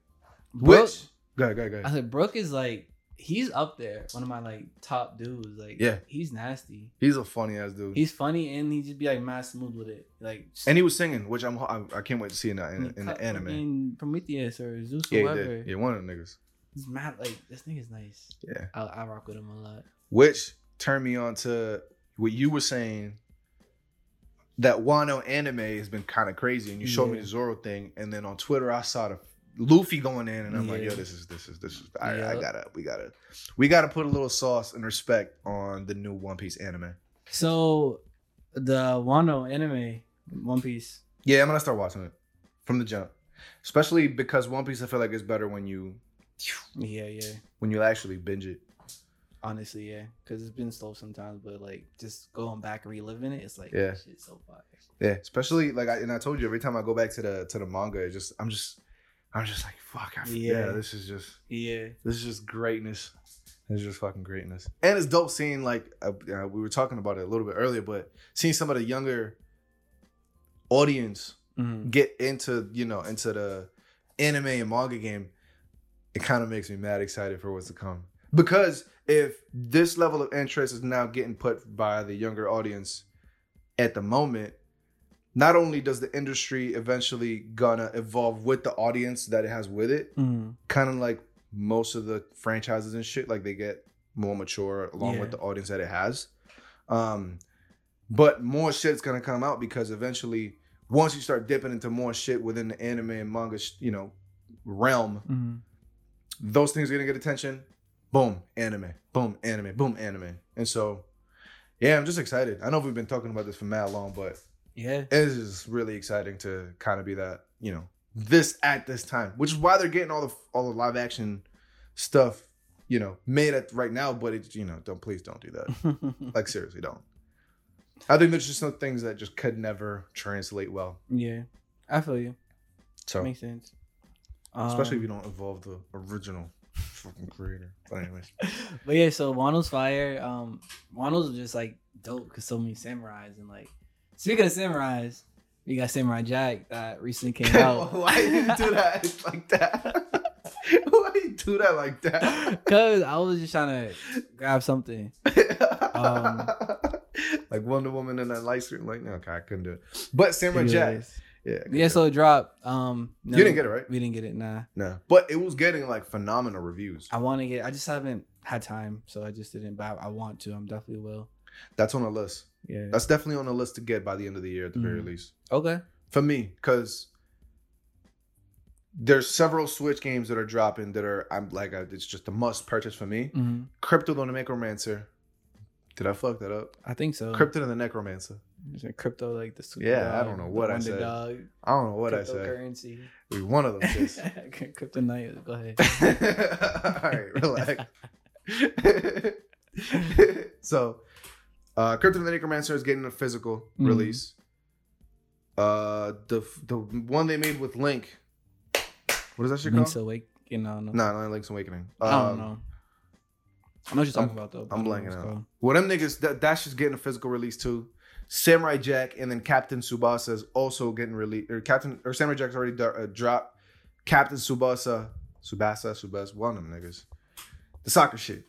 B: Brooke,
A: Which, go ahead, go ahead, go
B: I
A: ahead.
B: said Brooke is like he's up there. One of my like top dudes. Like
A: Yeah.
B: he's nasty.
A: He's a funny ass dude.
B: He's funny and he just be like mad smooth with it. Like
A: and he was singing, which I'm I, I can't wait to see in the, in, in the anime.
B: fucking Prometheus or Zeus or
A: Yeah, he
B: whatever.
A: did. Yeah, one of the niggas.
B: He's mad like this nigga's nice.
A: Yeah.
B: I, I rock with him a lot.
A: Which turned me on to what you were saying. That Wano anime has been kind of crazy, and you showed me
B: Yeah.
A: the Zoro thing, and then on Twitter I saw the Luffy going in, and I'm like,
B: Yeah.
A: yo, this is this is this is. I, I
B: Yeah.
A: gotta, we gotta, we gotta put a little sauce and respect on the new One Piece anime.
B: So the Wano anime, One Piece.
A: Yeah, I'm gonna start watching it from the jump, especially because One Piece I feel like is better when you
B: Yeah, yeah.
A: when you actually binge it.
B: Honestly, yeah. Cause it's been slow sometimes, but like just going back and reliving it, it's like
A: Yeah.
B: shit so fire.
A: Yeah, especially like I and I told you every time I go back to the to the manga, it just I'm just I'm just like fuck. I, yeah.
B: Yeah.
A: this is just
B: Yeah.
A: this is just greatness. This is just fucking greatness. And it's dope seeing like uh, uh, we were talking about it a little bit earlier, but seeing some of the younger audience
B: Mhm.
A: get into you know into the anime and manga game, it kind of makes me mad excited for what's to come. Because if this level of interest is now getting put by the younger audience at the moment, not only does the industry eventually gonna evolve with the audience that it has with it,
B: Mhm.
A: kind of like most of the franchises and shit, like they get more mature along with
B: Yeah.
A: the audience that it has. Um, but more shit's gonna come out because eventually, once you start dipping into more shit within the anime and manga, sh- you know, realm,
B: Mhm.
A: those things are gonna get attention. Boom, anime. Boom, anime. Boom, anime. And so, yeah, I'm just excited. I know we've been talking about this for mad long, but
B: Yeah. <laughs>
A: it is really exciting to kind of be that you know this at this time which is why they're getting all the all the live action stuff you know made at right now but it you know don't please don't do that
B: <laughs>
A: like seriously don't i think there's just some things that just could never translate well
B: yeah. I feel you.
A: so
B: Makes sense.
A: especially if
B: Um,
A: you don't involve the original fucking creator but
B: <laughs>
A: anyways
B: but yeah, so Wano's fire. Um, Wano's was just like dope because so many samurais and like. Speaking of samurais, you got Samurai Jack that recently
A: <laughs>
B: came out.
A: why do you do that <laughs> like that <laughs> why do you do that like that
B: Cause I was just trying to grab something. Um,
A: <laughs> like Wonder Woman in that light screen. Like, no, okay, I couldn't do it. But Samurai Jack. Yeah. I couldn't
B: Yeah,
A: do it.
B: so it dropped. Um, no,
A: you didn't get it, right?
B: We didn't get it. Nah,
A: No. But it was getting like phenomenal reviews.
B: I want to get. I just haven't had time, so I just didn't. But I, I want to. I'm definitely will.
A: That's on the list.
B: Yeah.
A: That's definitely on the list to get by the end of the year at the very
B: Mhm.
A: least.
B: okay.
A: For me, because there's several Switch games that are dropping that are I'm like I, it's just a must purchase for me.
B: hmm
A: Crypto the Necromancer. Did I fuck that up?
B: I think so.
A: Crypto the Necromancer.
B: Is it crypto like the super
A: Yeah, I don't know what I said. I don't know what I said.
B: Cryptocurrency.
A: We one of them.
B: <laughs>
A: sis.
B: Kryptonite. Go ahead.
A: <laughs> All right, relax. <laughs> so, uh, Crypto the Necromancer is getting a physical
B: Mhm.
A: release. Uh, the the one they made with Link. What is that shit called?
B: Link's awake. You know, no.
A: Nah, not Link's Awakening. Um,
B: I don't know. I know what you're talking
A: I'm-
B: about though. but
A: I'm
B: I don't know
A: blanking
B: what it's
A: out.
B: called.
A: Well, them niggas, that, that's just getting a physical release too. Samurai Jack and then Captain Subasa is also getting released. Or Captain or Samurai Jack's already do- uh, dropped. Captain Subasa, Subasa, Subasa, one of them niggas. The soccer shit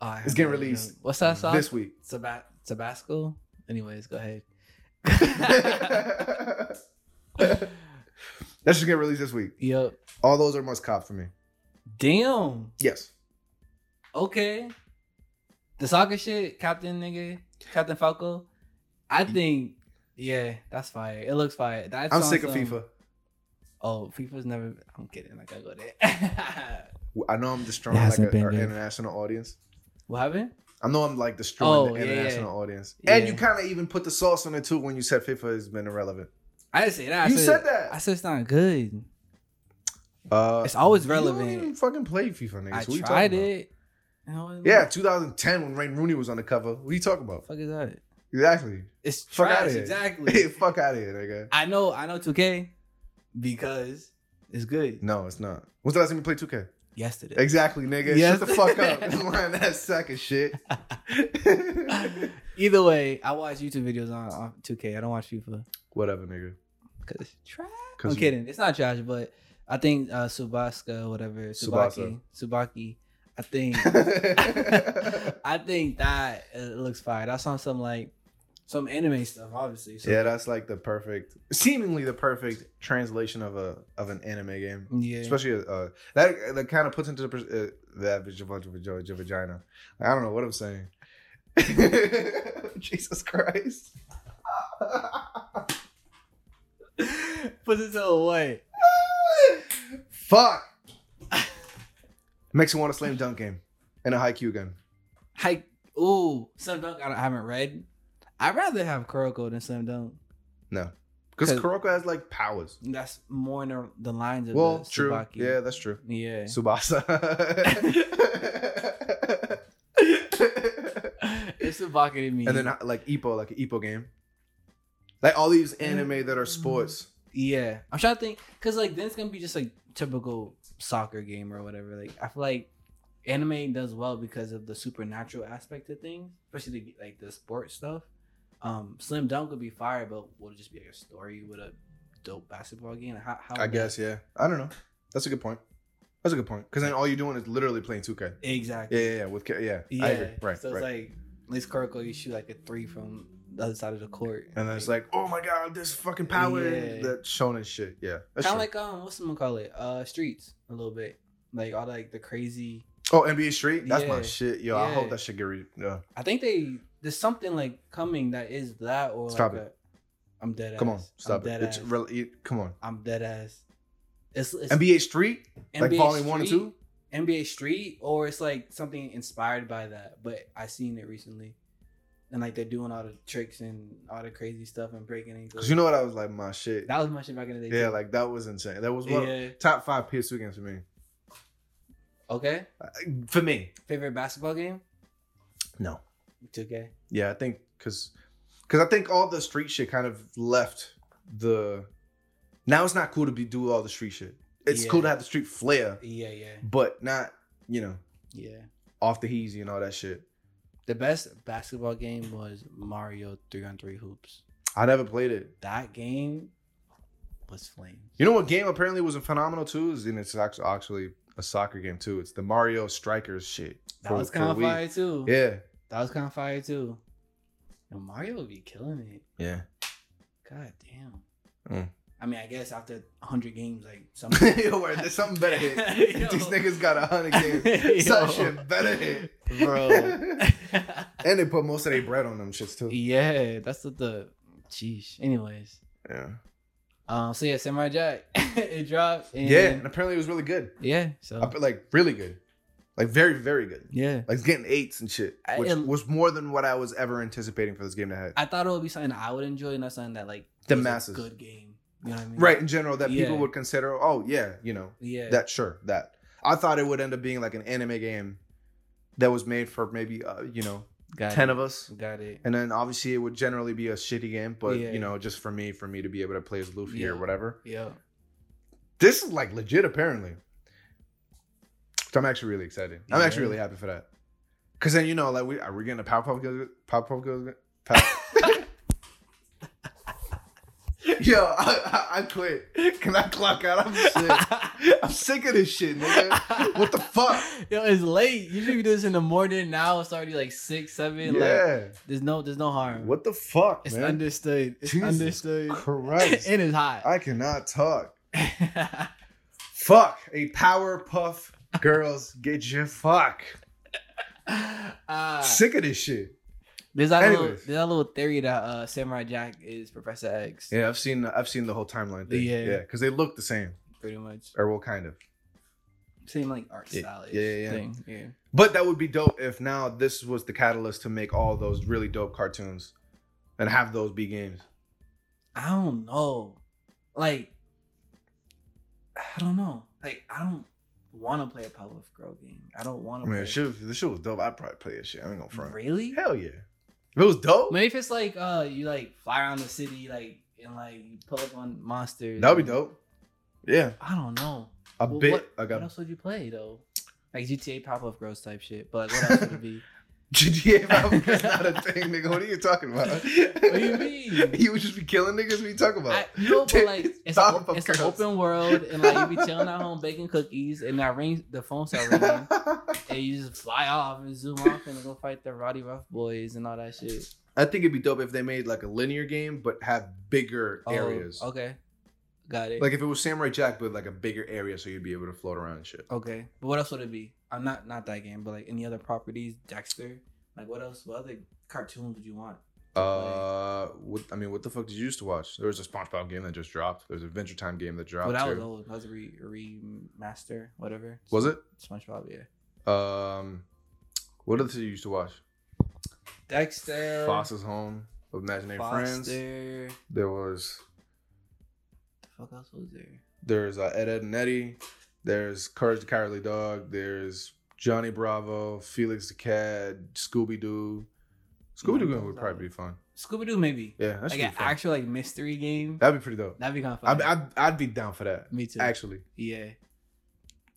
B: Oh, I
A: It's getting
B: haven't-
A: released
B: What's that song?
A: this week. <laughs>
B: Tabat Tabasco. Anyways, go ahead.
A: <laughs> that should get released this week.
B: <laughs> Yup.
A: All those are must cop for me.
B: Damn.
A: Yes.
B: Okay. The soccer shit, Captain nigga, Captain Falco. I think, yeah, that's fire. It looks fire. That's
A: Mm. I'm
B: on
A: sick of
B: some-
A: FIFA.
B: Oh, FIFA's never. I'm kidding. Like I go there. <laughs>
A: I know I'm destroying
B: It
A: like
B: hasn't
A: a,
B: been
A: our
B: good.
A: international audience.
B: what happened?
A: I know I'm like destroying
B: Oh,
A: the
B: yeah, yeah.
A: international audience. And
B: Yeah.
A: you kind of even put the sauce on it too when you said FIFA has been irrelevant.
B: I didn't say that. I
A: you said that.
B: I said it's not good.
A: Uh,
B: It's always
A: You don't
B: relevant.
A: even fucking play FIFA, niggas.
B: I
A: What you
B: tried
A: talking about?
B: it. You know, it
A: Yeah,
B: looked-
A: 2010 when Rain Rooney was on the cover. What are you talking about?
B: fuck is that?
A: Exactly. <laughs>
B: It's
A: Fuck outta
B: trash.
A: here. <laughs>
B: Exactly.
A: Fuck out of here,
B: I know. I know. 2K because it's
A: nigga.
B: good.
A: No, it's not. When's the last time you played 2K?
B: Yesterday.
A: Exactly, nigga.
B: Yes.
A: Shut the fuck
B: <laughs>
A: up. Line that sack of shit.
B: Either way, I watch YouTube videos on, on 2K. I don't watch FIFA
A: Whatever, nigga.
B: because it's trash.
A: 'Cause
B: I'm kidding. It's not trash, but I think uh, Subaska, whatever,
A: Tsubasa.
B: Subaki, Subaki.
A: <laughs>
B: I think I think that uh, looks fire. That's on some like some anime stuff, obviously. So,
A: yeah, that's like the perfect, seemingly the perfect translation of a of an anime game.
B: yeah. <laughs>
A: Especially uh, that that kind of puts into the pers- uh, that vag- vag- vag- vag- vagina. I don't know what I'm saying. <laughs> Jesus Christ!
B: Put it to a way.
A: Fuck. Makes me want a slam dunk game and a high Q gun.
B: Hi. Ooh, Slam Dunk. I, don't- I haven't read. I'd rather have Kuroko than Slam Dunk.
A: No, because
B: 'Cause-
A: Kuroko has like powers.
B: That's more in the, the lines of
A: Well,
B: the
A: true.
B: Tsubaki.
A: Yeah, that's true.
B: Yeah.
A: Subasa.
B: <laughs>
A: <laughs>
B: it's Tsubaki to me.
A: and then uh, like Ipo, like an Ipo game. Like all these
B: Mm.
A: anime that are sports.
B: yeah, I'm trying to think because like then it's gonna be just like typical soccer game or whatever. Like I feel like anime does well because of the supernatural aspect of things, especially the, like the sports stuff. Um, Slim Dunk would be fire, but would it just be like a story with a dope basketball game? How, how
A: I guess, yeah. I don't know. That's a good point. That's a good point. Because then all you're doing is literally playing 2K.
B: exactly.
A: Yeah, yeah, yeah. With K- yeah, I agree. Right,
B: So
A: right.
B: it's like at least Kirkle, you shoot like a three from the other side of the court,
A: and then it's like, oh my god, this fucking power
B: Yeah.
A: that shonen shit. Yeah, that's
B: kind of
A: true.
B: like um, what's gonna call it? Uh, Streets a little bit, like all like the crazy.
A: oh NBA Street, that's my
B: Yeah.
A: shit. Yo, I
B: Yeah.
A: hope that shit get re- yeah.
B: I think they there's something like coming that is that or
A: Stop
B: like
A: it.
B: A, I'm dead.
A: Come
B: ass.
A: on, stop
B: I'm
A: it.
B: Dead
A: It's
B: ass.
A: real it- come on.
B: I'm dead ass. It's, it's
A: NBA Street, like
B: NBA
A: Volume One and
B: Street-
A: Two.
B: NBA Street, or it's like something inspired by that. But I seen it recently, and like they're doing all the tricks and all the crazy stuff and breaking things.
A: Cause you know what I was like, my shit.
B: that was my shit back in the day.
A: Yeah,
B: too.
A: like that was insane. That was one of-
B: yeah.
A: top five PS2 games for me.
B: Okay.
A: For me,
B: Favorite basketball game?
A: no.
B: 2K.
A: Yeah, I think because because I think all the street shit kind of left the. Now it's not cool to be do all the street shit. It's
B: Yeah.
A: cool to have the street flair,
B: Yeah, yeah,
A: but not you know
B: yeah.
A: off the heezy and all that shit.
B: The best basketball game was Mario 3 on 3 Hoops.
A: I never played it.
B: That game was flame.
A: You know what game apparently was phenomenal too is and it's act- actually a soccer game too. It's the Mario Strikers shit.
B: That
A: for-
B: was
A: for
B: kind of
A: Wii.
B: fire too.
A: Yeah,
B: That was kind of fire too. And Mario would be killing it.
A: yeah.
B: God damn.
A: Mm.
B: I mean, I guess after 100 games, like some.
A: <laughs> <laughs> Yo, word, there's something better
B: <laughs>
A: hit.
B: Yo.
A: These niggas got a
B: <laughs>
A: hundred games. Some shit better hit,
B: Bro.
A: <laughs> and they put most of their bread on them shits too.
B: yeah, that's what the. Sheesh. Anyways.
A: Yeah.
B: Um, so yeah, Samurai Jack. <laughs> it dropped. And
A: Yeah, and apparently it was really good.
B: Yeah. So.
A: I- like really good, like very very good.
B: yeah.
A: Like it's getting eights and shit,
B: I-
A: which
B: and-
A: was more than what I was ever anticipating for this game to have.
B: I thought it would be something I would enjoy, not something that like
A: The
B: was a
A: masses.
B: good game. You know what I mean?
A: right in general, that people
B: Yeah.
A: would consider. Oh yeah, you know
B: Yeah.
A: that sure that. I thought it would end up being like an anime game that was made for maybe uh, you know
B: got
A: ten
B: it.
A: of us,
B: got it.
A: and then obviously it would generally be a shitty game, but
B: Yeah.
A: you know just for me for me to be able to play as Luffy or
B: Yeah.
A: whatever.
B: Yeah.
A: This is like legit apparently. So I'm actually really excited. I'm actually
B: Yeah.
A: really happy for that. Cause then you know, like we are we getting a Powerpuff Girls? Powerpuff Girls?
B: <laughs>
A: Pow- <laughs> Yo, I, I, I quit. Can I clock out? I'm sick.
B: <laughs>
A: I'm sick of this shit, nigga. What the fuck?
B: <laughs> Yo, it's late. You should be doing this in the morning. Now it's already like six, seven. Like
A: Yeah.
B: there's no, there's no harm.
A: What the fuck,
B: It's
A: man?
B: understood. It's
A: Jesus
B: understood.
A: Christ.
B: <laughs> and it's hot.
A: I cannot talk. Fuck a Powerpuff Girls. Get your fuck.
B: <laughs> uh,
A: Sick of this shit.
B: there's that little,
A: Anyways.
B: there's that little theory that uh, Samurai Jack is Professor X.
A: Yeah, I've seen I've seen the whole timeline thing.
B: Yeah.
A: yeah, because they look the same,
B: Pretty much
A: or well, kind of.
B: same like art
A: Yeah,
B: style.
A: yeah, yeah.
B: Thing. Yeah.
A: But that would be dope if now this was the catalyst to make all those really dope cartoons, and have those be games.
B: I don't know. Like, I don't know. Like, I don't want to play a Powerpuff Girl game. I don't want
A: I
B: to.
A: mean,
B: play
A: this shit, this shit was dope. I'd probably play this shit. I ain't gonna front.
B: Really?
A: Hell yeah, if it was dope,
B: Maybe if it's like, uh, you like fly around the city, like, and like you pull up on monsters.
A: that'd be
B: and-
A: dope. Yeah,
B: I don't know.
A: a
B: Well,
A: bit.
B: What,
A: I
B: what
A: got <laughs>
B: else would you play though? Like GTA Powerpuff Girls type shit. But like, what else would it be?
A: GTA
B: <laughs>
A: 5 is not a thing, nigga. What are you talking about?
B: What do you mean?
A: <laughs> You would just be killing niggas. What are you talking about?
B: I, no,
A: <laughs>
B: but like it's, a,
A: Stop,
B: it's an
A: girls.
B: open world, and
A: <laughs>
B: like you be chilling at home baking cookies, and that ring the phone start ringing, and you just fly off and zoom off and go fight the Roddy Rough Boys and all that shit.
A: I think it'd be dope if they made like a linear game, but have bigger
B: Oh,
A: areas.
B: Okay, got it.
A: Like if it was Samurai Jack, but like a bigger area, so you'd be able to float around and shit.
B: okay, but what else would it be? I'm not not that game, but like any other properties, Dexter. Like what else? What other cartoons would you want?
A: Uh, what, I mean, what the fuck did you used to watch? There was a SpongeBob game that just dropped. There was an Adventure Time game that dropped
B: But that was
A: too.
B: old. That was a re- remaster, whatever.
A: Was it?
B: SpongeBob, yeah.
A: Um, what else did you used to watch?
B: Dexter.
A: Foster's Home, Imaginary Friends.
B: Foster.
A: There was
B: The fuck else was there?
A: there's uh, Ed Ed and Eddie. There's Courage the Cowardly Dog. There's Johnny Bravo, Felix the Cat, Scooby Doo. Scooby Doo
B: Yeah,
A: would
B: those
A: probably be fun.
B: Scooby Doo, maybe.
A: Yeah, that should
B: like
A: be
B: an
A: fun.
B: actual like mystery game.
A: That'd be pretty dope.
B: That'd be kind of
A: I'd,
B: fun.
A: I'd, I'd be down for that.
B: Me too.
A: Actually,
B: Yeah.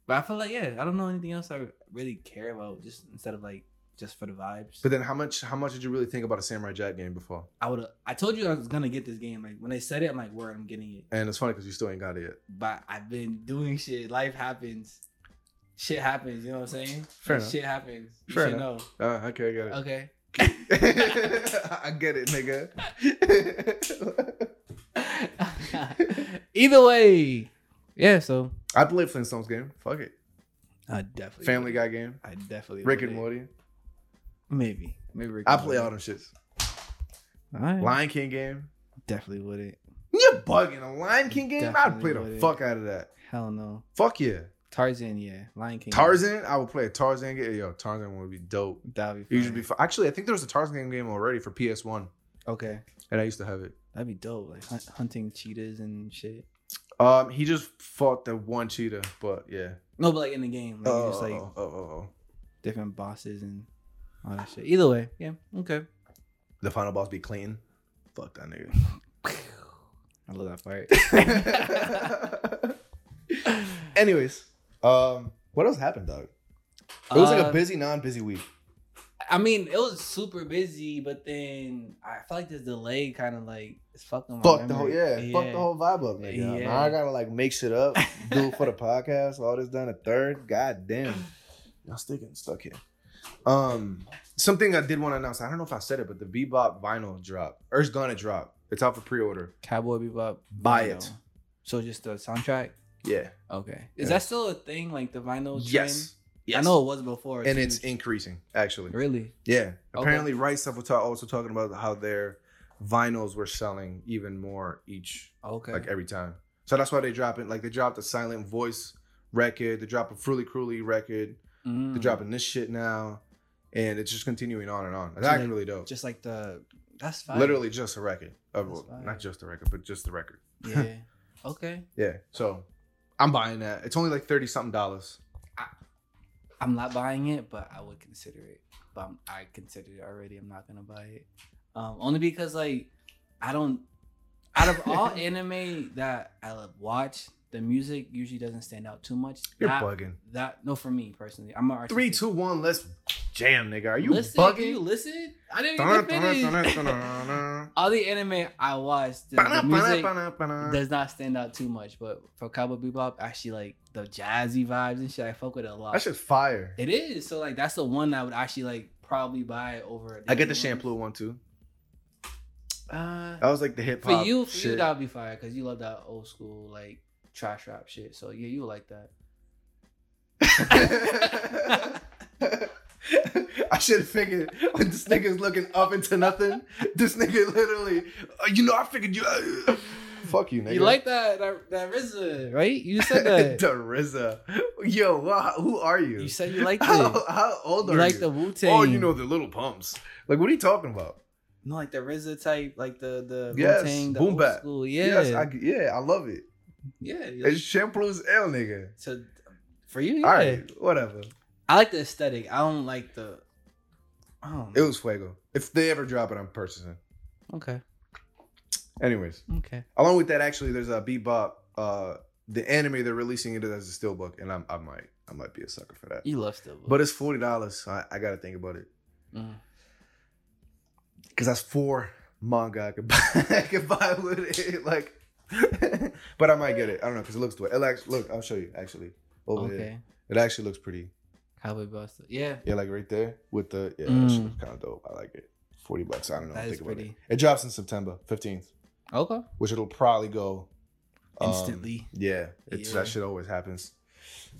B: But I feel like yeah, I don't know anything else I really care about. Just instead of like just for the vibes.
A: but then how much how much did you really think about a Samurai Jack game before?
B: I would. I told you I was gonna get this game. Like when they said it, I'm like, word, I'm getting it.
A: And it's funny because you still ain't got it yet.
B: But I've been doing shit. Life happens. Shit happens. You know what I'm saying?
A: Fair
B: Like,
A: enough.
B: Shit happens. You
A: Fair
B: should
A: Uh, okay, I got it.
B: know. Okay. Uh,
A: <laughs> I get it, nigga.
B: <laughs> Either way, yeah. So
A: I play Flintstones game. Fuck it.
B: I definitely
A: Family Guy game.
B: I definitely
A: Rick
B: would.
A: and Morty.
B: Maybe maybe Rick
A: I
B: and
A: play all
B: Morty.
A: them shits.
B: All right.
A: Lion King game.
B: Definitely wouldn't.
A: You're bugging a Lion King game. I'd play
B: Definitely
A: the
B: would.
A: fuck out of that.
B: Hell no.
A: Fuck yeah.
B: Tarzan, yeah. Lion King.
A: Tarzan. I would play a Tarzan game. Yo, Tarzan would be dope.
B: That would
A: It
B: be.
A: used to be
B: fire.
A: fun. Actually, I think there was a Tarzan game- game already for PS One,
B: okay.
A: and I used to have it.
B: That'd be dope. Like hunt, hunting cheetahs and shit.
A: Um, he just fought the one cheetah, but yeah.
B: No, but like in the game, like
A: Oh,
B: just like
A: oh, oh, oh, oh.
B: different bosses and all that shit. Either way, yeah. Okay.
A: The final boss be Clayton. Fuck that nigga.
B: <laughs>
A: <laughs>
B: I love that <laughs> part.
A: Anyways, um, what else happened, dog? It was like
B: Uh,
A: a busy, non-busy week.
B: I mean, it was super busy, but then I felt like this delay kind of like it's fucking. my
A: Fuck the whole
B: memory.
A: yeah, Fuck the whole vibe up, nigga. Now I
B: Yeah.
A: gotta like make shit up, do it for
B: <laughs>
A: the podcast. All this done a third. God damn, y'all still getting stuck here. Um, something I did want to announce. I don't know if I said it, but the Bebop vinyl drop, or it's gonna drop. It's out for pre-order.
B: Cowboy Bebop.
A: Buy
B: vinyl.
A: it.
B: So just the soundtrack.
A: Yeah.
B: Okay.
A: Yeah.
B: Is that still a thing? Like the vinyl?
A: Yes.
B: trend? Oh, I know it was before.
A: And
B: too.
A: it's increasing actually.
B: really
A: Yeah. Apparently, Right Stuff was ta- also talking about how their vinyls were selling even more each,
B: okay.
A: like every time. So that's why they drop it. Like they dropped a Silent Voice record, they dropped a Fruity Cruelly record,
B: Mm.
A: they're dropping this shit now, and it's just continuing on and on. It's
B: So,
A: actually
B: like,
A: really dope.
B: just like the that's fine.
A: Literally just a record. Uh,
B: That's
A: well,
B: fire.
A: not just a record, but just the record.
B: Yeah.
A: <laughs>
B: okay.
A: Yeah. So I'm buying that. It's only like thirty something dollars.
B: I'm not buying it, but I would consider it. But I'm, I considered it already. I'm not gonna buy it. Um, only because like I don't. Out of
A: <laughs>
B: all anime that I love watch, the music usually doesn't stand out too much.
A: You're
B: that,
A: bugging.
B: that no, for me personally, I'm an
A: Three,
B: artistic-
A: two, one. Let's jam, nigga. Are you
B: listen,
A: bugging?
B: Can you listen? I didn't
A: Dun,
B: even
A: dun,
B: finish.
A: dun, dun,
B: <laughs>
A: dun, dun.
B: All the anime I watched, the, the
A: Ba-da, ba-da,
B: music
A: ba-da, ba-da.
B: does not stand out too much. But for Cowboy Bebop, actually like the jazzy vibes and shit, I fuck with it a lot.
A: That shit's fire.
B: It is. So like that's the one I would actually like probably buy over.
A: I get the
B: other
A: shampoo one too.
B: one. Uh,
A: That was like the hip
B: for
A: hop.
B: you, for you
A: Oh, shit.
B: that would be fire because you love that old school like trash rap shit. So yeah, you would like that.
A: <laughs> I should have figured when this nigga's looking up into nothing. This nigga literally, uh, you know, I figured you. uh, fuck you, nigga.
B: You like that that, that RZA, right?
A: <laughs>
B: You said that.
A: the RZA. Yo, wow, who are you?
B: you said you liked it.
A: how, how old
B: you
A: are
B: like
A: you?
B: the Wu Tang.
A: oh, you know the little pumps. Like, what are you talking about?
B: no, like the RZA type, like the the
A: Yes,
B: Wu Tang, the
A: boom
B: old
A: bap.
B: school. Yeah,
A: Yes, I, yeah, I love it.
B: yeah. you like-
A: It's shampoo's L, nigga.
B: so for you, yeah.
A: All right, whatever.
B: I like the aesthetic. I don't like the. I don't
A: It
B: know.
A: was Fuego. If they ever drop it, I'm purchasing.
B: okay.
A: Anyways,
B: Okay.
A: along with that, actually, there's a Bebop. Uh, the anime they're releasing it as a steelbook, and I'm, I might I might be a sucker for that.
B: You love still,
A: But it's forty dollars. So I, I got to think about it.
B: Mhm.
A: Because that's four manga I could <laughs> buy. I could buy with it. Like, <laughs> but I might get it. I don't know because it looks. It like look. I'll show you actually. Over okay.
B: Okay.
A: It actually looks pretty.
B: Cowboy Buster. Yeah.
A: Yeah, like right there with the yeah,
B: Mm.
A: that shit looks kind of dope. I like it. Forty bucks. I don't know.
B: That
A: think
B: is
A: about
B: pretty.
A: It. it drops in September fifteenth,
B: Okay.
A: which it'll probably go um,
B: Instantly.
A: Yeah, it's
B: Yeah.
A: that shit always happens.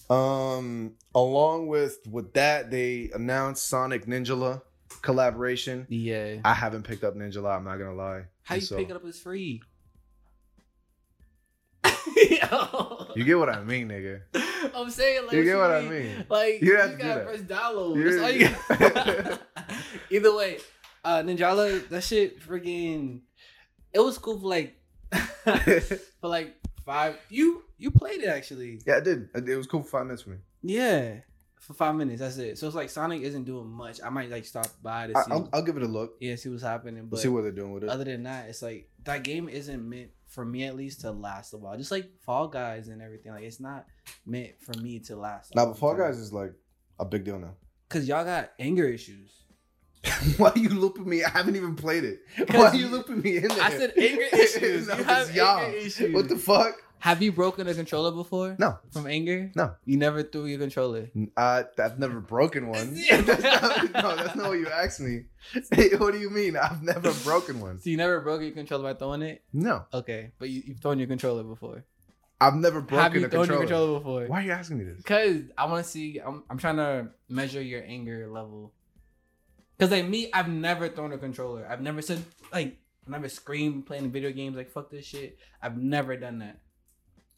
A: Um, along with with that, they announced Sonic Ninjala collaboration.
B: Yeah.
A: I haven't picked up Ninjala. I'm not gonna lie.
B: How
A: And
B: you
A: so-
B: pick it up is free.
A: <laughs> You get what I mean, nigga.
B: <laughs> I'm saying like
A: You get what I
B: mean? <laughs>
A: mean.
B: Like
A: You
B: you,
A: have to do
B: gotta
A: that.
B: press download.
A: You-
B: That's <laughs> all you Either way, uh Ninjala, that shit freaking it was cool for like <laughs> for like five you you played it actually.
A: yeah, I did. It was cool for five minutes for me.
B: Yeah. For five minutes, that's it. So it's like Sonic isn't doing much. I might like stop by to
A: I,
B: see
A: I'll, I'll give it a look.
B: yeah, see what's happening. But
A: We'll see what they're doing with it.
B: other than that, it's like that game isn't meant for me at least to last a while. Just like Fall Guys and everything, like it's not meant for me to last. a
A: Now,
B: long
A: but Fall
B: time.
A: Guys is like a big deal now. <laughs>
B: cause y'all got anger issues.
A: Why you looping me? I haven't even played it. Why
B: Because
A: you looping me in there?
B: I said anger issues.
A: No,
B: you
A: <laughs>
B: have
A: it's y'all.
B: anger issues.
A: What the fuck?
B: have you broken a controller before?
A: No.
B: From anger?
A: No.
B: You never threw your controller.
A: I, I've never broken one.
B: <laughs>
A: <laughs>
B: Yeah.
A: That's not- no, that's not what you asked
B: <laughs>
A: me. what do you mean? I've never broken one.
B: So you never broke your controller by throwing it?
A: No,
B: Okay, but you, you've thrown your controller before.
A: I've never
B: have
A: broken
B: you
A: a
B: thrown
A: controller.
B: your controller before?
A: Why are you asking me this?
B: Cause I want to see. I'm I'm trying to measure your anger level. Cause like me, I've never thrown a controller. I've never said like I never screamed playing video games like fuck this shit. I've never done that.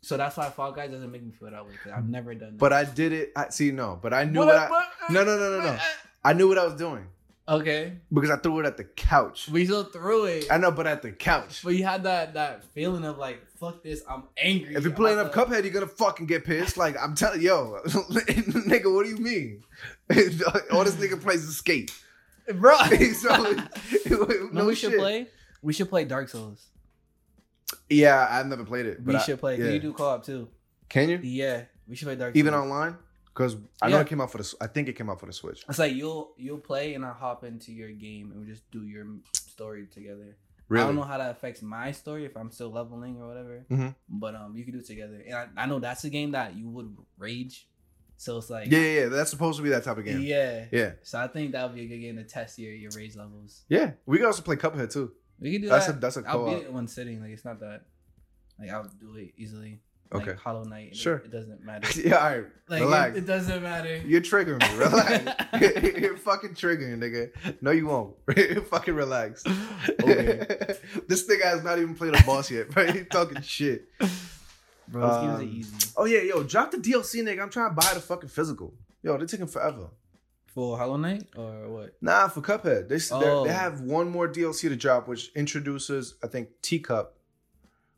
B: So that's why Fall Guys doesn't make me feel that way. Cause I've never done that.
A: But I did it. I see. No, but I knew what. I, no, no, no, no, no. I knew what I was doing
B: Okay,
A: because I threw it at the couch.
B: we still threw it,
A: I know, but at the couch.
B: but you had that that feeling of like fuck this. I'm angry.
A: If you're
B: I'm
A: playing
B: about
A: up
B: to-
A: Cuphead, you're gonna fucking get pissed. Like I'm telling yo, <laughs> nigga, what do you mean? <laughs> All this nigga plays is skate. <laughs>
B: bro.
A: so, <laughs>
B: <laughs> no,
A: no,
B: we should
A: shit.
B: play. We should play Dark Souls.
A: Yeah, I've never played it.
B: We
A: but I-
B: should play. 'cause
A: yeah.
B: You do co-op too.
A: Can you?
B: Yeah, we should play Dark
A: Even
B: Souls.
A: online? Because I know
B: Yeah.
A: it came out for the. I think it came out for the Switch.
B: It's like you'll you'll play and I hop into your game and we just do your story together. I don't know how that affects my story if I'm still leveling or whatever.
A: Mhm.
B: But um, you can do it together. And I, I know that's a game that you would rage. So it's like
A: Yeah, yeah, yeah. That's supposed to be that type of game. Yeah,
B: yeah.
A: yeah.
B: So I think that would be a good game to test your, your rage levels.
A: We can also play Cuphead too.
B: We can do
A: That's a
B: that.
A: that's a
B: i I'll
A: co-op.
B: beat it in one sitting. Like it's not that. Like I'll do it easily.
A: Okay.
B: Like Hollow Knight. It,
A: Sure.
B: It doesn't
A: <laughs>
B: matter.
A: yeah, all right.
B: Like
A: Relax.
B: It, it doesn't matter.
A: You're triggering me. Relax. <laughs> You're fucking triggering, nigga. No, you won't. <laughs> fucking relax.
B: okay.
A: <laughs> this nigga has not even played a boss yet, bro. He talking shit.
B: Bro, this game's
A: Um,
B: easy.
A: Oh yeah, yo, drop the DLC, nigga. I'm trying to buy the fucking physical. Yo, they're taking forever.
B: For Hollow Knight or what?
A: Nah, for Cuphead, they s- they're
B: Oh.
A: they have one more DLC to drop, which introduces I think Teacup,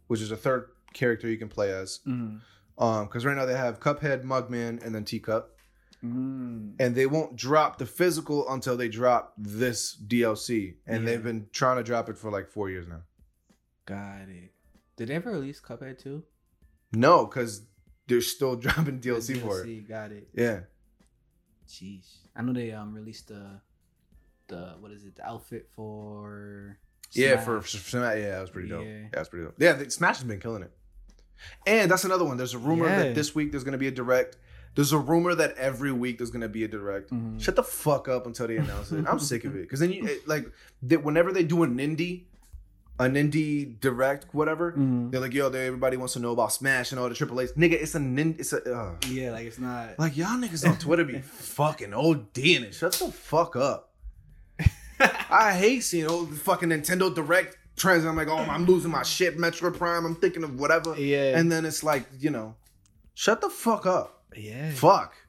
A: which is a third character you can play as.
B: Mm.
A: Um, because right now they have Cuphead, Mugman, and then Teacup,
B: Mm.
A: and they won't drop the physical until they drop this DLC, and
B: Yeah.
A: they've been trying to drop it for like four years now.
B: Got it. Did they ever release Cuphead 2?
A: No, because they're still <laughs> dropping DLC, for it.
B: Got it.
A: Yeah,
B: Jeez. I know they um released the the what is it? The outfit for
A: yeah, for,
B: Smash.
A: for Smash, yeah, that was pretty dope. Yeah,
B: Yeah.
A: that's pretty dope. Yeah, they- Smash has been killing it, and that's another one. There's a rumor
B: Yeah.
A: that this week there's gonna be a direct. There's a rumor that every week there's gonna be a direct.
B: Mhm.
A: Shut the fuck up until they announce it. I'm sick of it. Because then you it, like they, whenever they do an indie, an indie direct, whatever,
B: Mhm.
A: they're like, yo, they, everybody wants to know about Smash and all the Triple A's. Nigga, it's a nin, it's a uh.
B: Yeah, like it's not
A: like y'all niggas on Twitter be fucking ODing it. Shut the fuck up.
B: <laughs>
A: I hate seeing old fucking Nintendo Direct trends. I'm like, oh, I'm losing my shit. Metro Prime. I'm thinking of whatever.
B: Yeah.
A: And then it's like, you know, shut the fuck up.
B: yeah.
A: Fuck.
B: <laughs>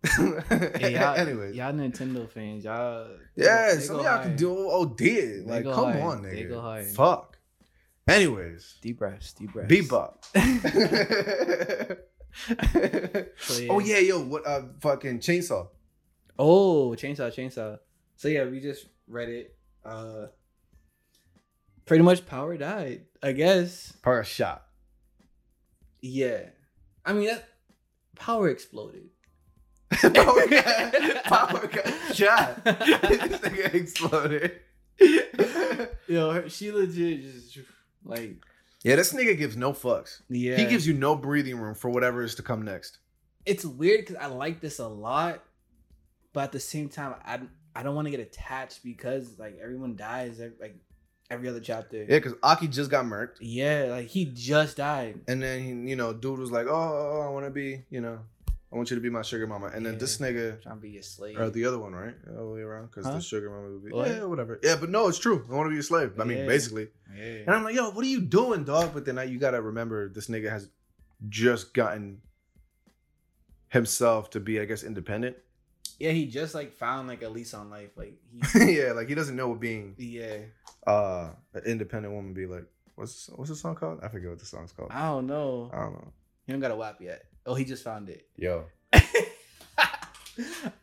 B: Hey, y'all,
A: Anyways.
B: y'all Nintendo fans, y'all.
A: Yeah,
B: they
A: some
B: go
A: of y'all
B: hard.
A: can do oh did.
B: They
A: Like,
B: go
A: come
B: hard.
A: on,
B: They
A: nigga.
B: go hard.
A: Fuck. Anyways,
B: deep breaths, deep breaths. <laughs>
A: bebop. <laughs>
B: So,
A: Oh yeah, yo, what uh fucking chainsaw.
B: Oh, chainsaw, chainsaw. So yeah, we just read it. Uh, pretty much, power died. I guess.
A: Power <laughs> shot.
B: Yeah. I mean, that power exploded.
A: Power cut. Power cut. Shot. this nigga exploded. yeah,
B: Yo, her, she legit just like
A: this nigga gives no fucks.
B: yeah.
A: He gives you no breathing room for whatever is to come next.
B: It's weird because I like this a lot, but at the same time, I I don't want to get attached because like everyone dies ev- like every other chapter.
A: Yeah, because Aki just got murked.
B: Yeah, like he just died.
A: And then, he, you know, dude was like, oh, oh, oh, I want to be, you know, I want you to be my sugar mama. And then
B: Yeah.
A: this nigga,
B: Trying to be a slave.
A: or the other one, right? The other way around. Because
B: Huh?
A: the sugar mama would be,
B: What?
A: yeah, whatever. Yeah, but no, it's true. I want to be a slave. I mean,
B: Yeah.
A: basically.
B: yeah.
A: And I'm like, yo, what are you doing, dog? But then I, you got to remember this nigga has just gotten himself to be, I guess, independent. <laughs>
B: yeah, he just like found like a lease on life. Like
A: <laughs>
B: he,
A: yeah, like he doesn't know what being
B: yeah.
A: uh an independent woman be like. What's what's the song called? I forget what the song's called. I
B: I don't know.
A: don't know.
B: He don't got a WAP yet. Oh, he just found it. <laughs>
A: Yo.
B: I'm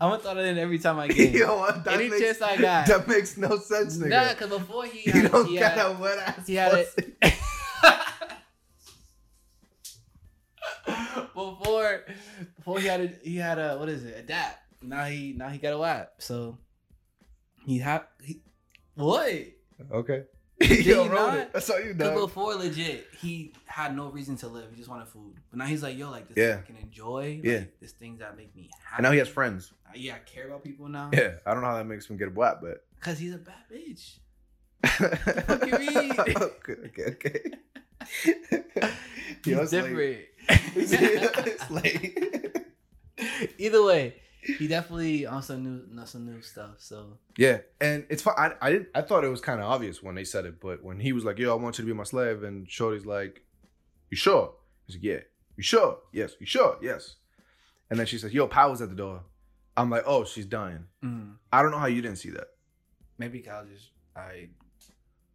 B: gonna throw that in every time
A: <laughs>
B: I get. it.
A: <laughs> Yo, that
B: Any
A: makes,
B: chance I
A: <laughs>
B: got.
A: That makes no sense, nigga.
B: Nah, cause before he,
A: <laughs> you
B: had-
A: don't
B: he
A: got
B: had-
A: a wet ass.
B: he had it-
A: pussy.
B: <laughs> before before he had a he had a what is it adapt now he now he got a lap so he have he, what
A: Okay. <laughs>
B: Did
A: yo,
B: he
A: wrote
B: not?
A: it. That's all you
B: Because
A: know.
B: before legit he had no reason to live he just wanted food but now he's like yo like this
A: Yeah.
B: I can enjoy like,
A: Yeah.
B: this things that make me happy
A: And now he has friends.
B: yeah I care about people now
A: Yeah. I don't know how that makes him get a wet, but
B: because he's a bad bitch fuck you mean?
A: <laughs> okay, okay, okay.
B: he's <laughs>
A: Yo, it's late.
B: different
A: <laughs> it's late.
B: <laughs> either way he definitely on some new on some new stuff so
A: Yeah, and it's fine. I, I didn't. I thought it was kind of obvious when they said it, but when he was like, "Yo, I want you to be my slave," and Shorty's like, "You sure?" He's like, "Yeah." You sure? Yes. You sure? Yes. And then she says, "Yo, Powell's at the door." I'm like, "Oh, she's dying."
B: mm.
A: I don't know how you didn't see that,
B: Maybe Kyle just I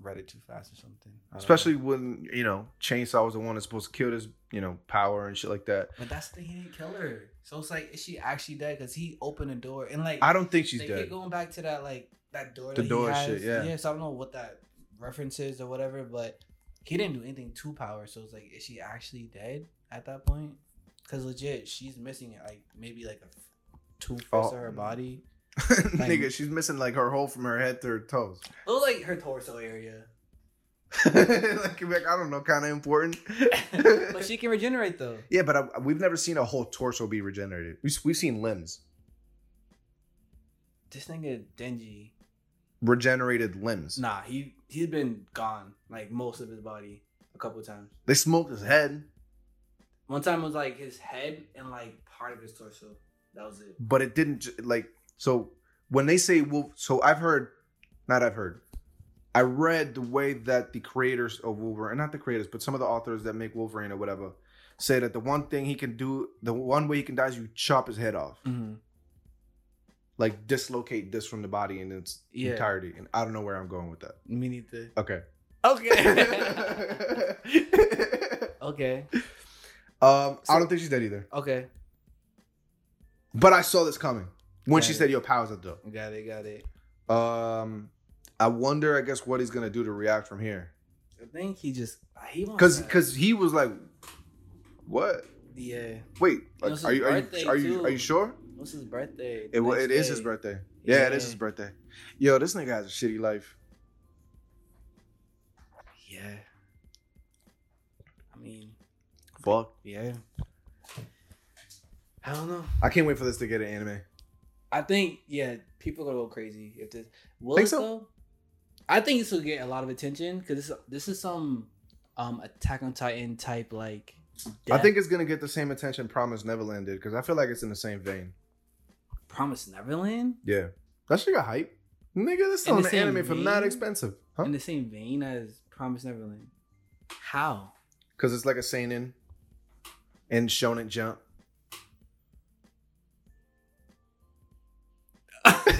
B: read it too fast or something. I don't
A: especially
B: know.
A: when you know Chainsaw was the one that's supposed to kill this, you know, Power and shit like that.
B: But that's the thing. He didn't kill her, so it's like, is she actually dead? Because he opened the door and like
A: I don't think she's
B: they
A: dead.
B: keep going back to that like that door.
A: The
B: that he
A: door
B: has.
A: shit, yeah.
B: Yeah. So I don't know what that reference is or whatever, but he didn't do anything to power. So it's like, is she actually dead at that point? Because legit, she's missing like maybe like a f- two fifths
A: Oh.
B: of her body.
A: <laughs> Nigga, she's missing like her hole from her head to her
B: <laughs>
A: toes. <laughs>
B: It was like her torso area,
A: like, like, I don't know, kind of important.
B: <laughs> but she can regenerate though.
A: <laughs> Yeah, but I, we've never seen a whole torso be regenerated. We've, we've seen limbs,
B: This nigga Denji.
A: regenerated limbs.
B: Nah, he he's been gone like most of his body a couple times.
A: They smoked his head,
B: One time it was like his head and like part of his torso. That was it.
A: but it didn't ju- like. So when they say Wolf, so I've heard, not I've heard, I read the way that the creators of Wolverine, not the creators, but some of the authors that make Wolverine or whatever, say that the one thing he can do, the one way he can die is you chop his head off,
B: Mm-hmm.
A: like dislocate this from the body in its
B: Yeah.
A: entirety. And I don't know where I'm going with that.
B: Me neither. <laughs>
A: Okay. <laughs>
B: Okay. okay.
A: um, I
B: So-
A: don't think she's dead either.
B: Okay.
A: But I saw this coming when she
B: Got it.
A: said, "Yo, powers up though."
B: Got it. Got it.
A: Um, I wonder, I guess, what he's gonna do to react from here,
B: I think he just he wants
A: because
B: that.
A: because he was like, "What?
B: yeah.
A: Wait,
B: It
A: like,
B: was
A: are
B: his
A: you are
B: birthday,
A: you are you,
B: too.
A: are you sure?
B: What's his birthday?
A: It wa- it
B: Next
A: is his
B: day.
A: birthday. Yeah, it is
B: Yeah.
A: his birthday. Yo, this nigga has a shitty life.
B: Yeah. I mean,
A: Fuck.
B: yeah. I don't know.
A: I can't wait for this to get an anime.
B: I think yeah, people gonna go crazy if this. Will
A: Think
B: it
A: so?
B: though? I think this will get a lot of attention because this this is some um Attack on Titan type like.
A: I think it's gonna get the same attention Promise Neverland did, because I feel like it's in the same vein.
B: Promise Neverland
A: Yeah, that shit got hype, nigga. This is
B: In
A: on
B: the
A: an
B: same
A: anime for not
B: vein?
A: expensive, huh?
B: in the same vein as Promise Neverland. How?
A: Because it's like a seinen and shonen
B: <laughs>
A: jump. <laughs> Dude,